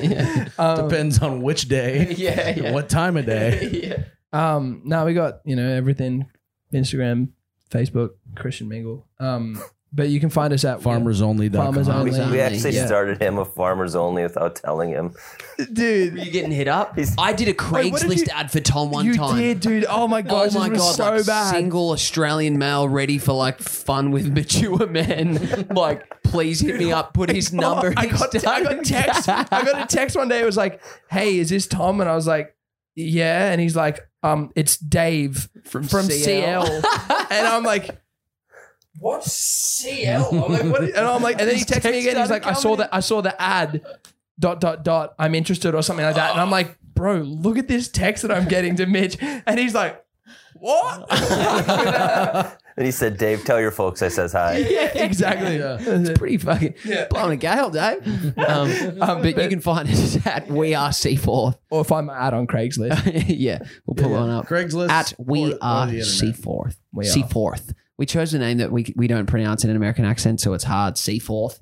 Speaker 6: yeah.
Speaker 7: Um,
Speaker 5: Depends on which day,
Speaker 6: Yeah, yeah.
Speaker 5: what time of day.
Speaker 6: yeah.
Speaker 7: Um, no, we got you know everything: Instagram, Facebook, Christian Mingle. Um, but you can find us at
Speaker 5: FarmersOnly.com.
Speaker 7: Farmers
Speaker 8: We,
Speaker 7: Only.
Speaker 8: we actually
Speaker 6: yeah.
Speaker 8: started him a farmers only without telling him.
Speaker 6: Were
Speaker 7: dude.
Speaker 6: you getting hit up?
Speaker 8: He's-
Speaker 6: I did a
Speaker 7: Wait, what did
Speaker 6: Craigslist
Speaker 7: you-
Speaker 6: ad for Tom one
Speaker 7: you
Speaker 6: time.
Speaker 7: did, dude. Oh my god,
Speaker 6: oh my
Speaker 7: this
Speaker 6: god!
Speaker 7: was so
Speaker 6: like
Speaker 7: bad.
Speaker 6: Single Australian male ready for like fun with mature men. like, please hit me up. Put his number.
Speaker 7: Oh, I
Speaker 6: and
Speaker 7: got,
Speaker 6: stuff.
Speaker 7: I got text. I got a text one day. It was like, "Hey, is this Tom?" And I was like, "Yeah." And he's like, "Um, it's Dave from CL." and I'm like, "What CL?" I'm like, "What?" And I'm like, and then he texts me again. He's like, "I saw that. I saw the ad." Dot dot dot. I'm interested or something like that. And I'm like, "Bro, look at this text that I'm getting to Mitch." And he's like, "What?"
Speaker 8: And he said, Dave, tell your folks I says hi.
Speaker 7: yeah, exactly. That's it.
Speaker 6: pretty fucking blowing a gale, Dave. Um, um, but you can find us at We Are C4.
Speaker 7: Or find my ad on Craigslist.
Speaker 6: yeah, we'll pull one up.
Speaker 5: Craigslist
Speaker 6: At
Speaker 5: or-
Speaker 6: We
Speaker 5: or
Speaker 6: Are
Speaker 5: the internet.
Speaker 6: C4.
Speaker 7: We are.
Speaker 6: C4. We chose a name that we, we don't pronounce in an American accent, so it's hard. C4. Does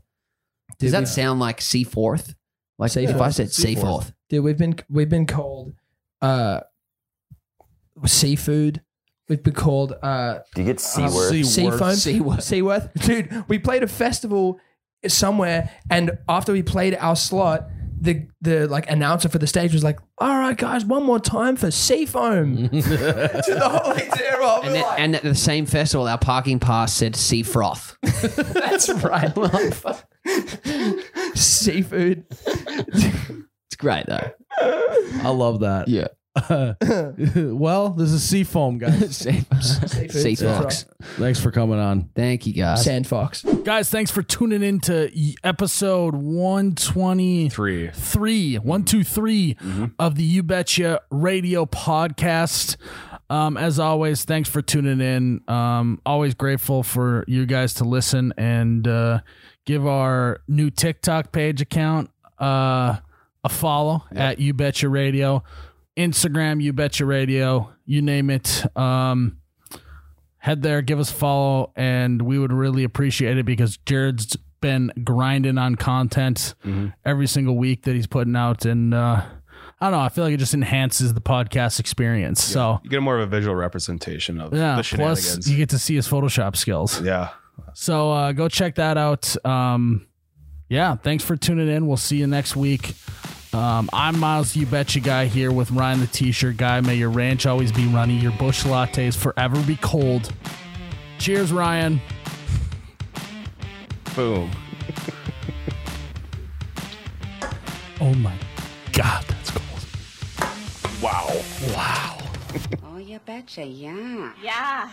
Speaker 7: Did we-
Speaker 6: that sound like C4? Like if I said C4.
Speaker 7: dude. We've been we've been called uh seafood. We've been called uh
Speaker 8: Do you get C
Speaker 7: Um,
Speaker 8: word?
Speaker 7: seafoam,
Speaker 6: Seaworth.
Speaker 7: Seaworth. Dude, we played a festival somewhere, and after we played our slot. The, the like announcer for the stage was like, "All right, guys, one more time for seafoam." to the whole era,
Speaker 6: And, at- and at the same festival, our parking pass said Sea Froth.
Speaker 7: that's right, seafood.
Speaker 6: It's great, though.
Speaker 5: I love that.
Speaker 6: Yeah.
Speaker 5: well, this is Seafoam, guys.
Speaker 6: Sea Sea Fox.
Speaker 5: Thanks for coming on.
Speaker 6: Thank you, guys.
Speaker 7: Sand fox.
Speaker 1: Guys, thanks for tuning in to y- episode 123,
Speaker 3: Three.
Speaker 1: 123 of the You Betcha Radio podcast. Um, as always, thanks for tuning in. Um, always grateful for you guys to listen and uh, give our new TikTok page account uh, a follow at You Betcha Radio, Instagram You Betcha Radio, you name it. Um, head there, give us a follow, and we would really appreciate it because Jared's been grinding on content
Speaker 3: Mm-hmm.
Speaker 1: every single week that he's putting out, and uh, I don't know. I feel like it just enhances the podcast experience. So
Speaker 3: You get more of a visual representation of
Speaker 1: yeah,
Speaker 3: the
Speaker 1: plus
Speaker 3: shenanigans.
Speaker 1: you get to see his Photoshop skills.
Speaker 3: yeah.
Speaker 1: So uh, go check that out. Um, yeah, thanks for tuning in. We'll see you next week. Um, I'm Miles, you betcha guy here with Ryan the T-shirt guy. May your ranch always be runny, your bush lattes forever be cold. Cheers, Ryan.
Speaker 3: Boom.
Speaker 1: Oh my God, that's cold.
Speaker 4: Oh, you betcha, yeah.
Speaker 9: Yeah.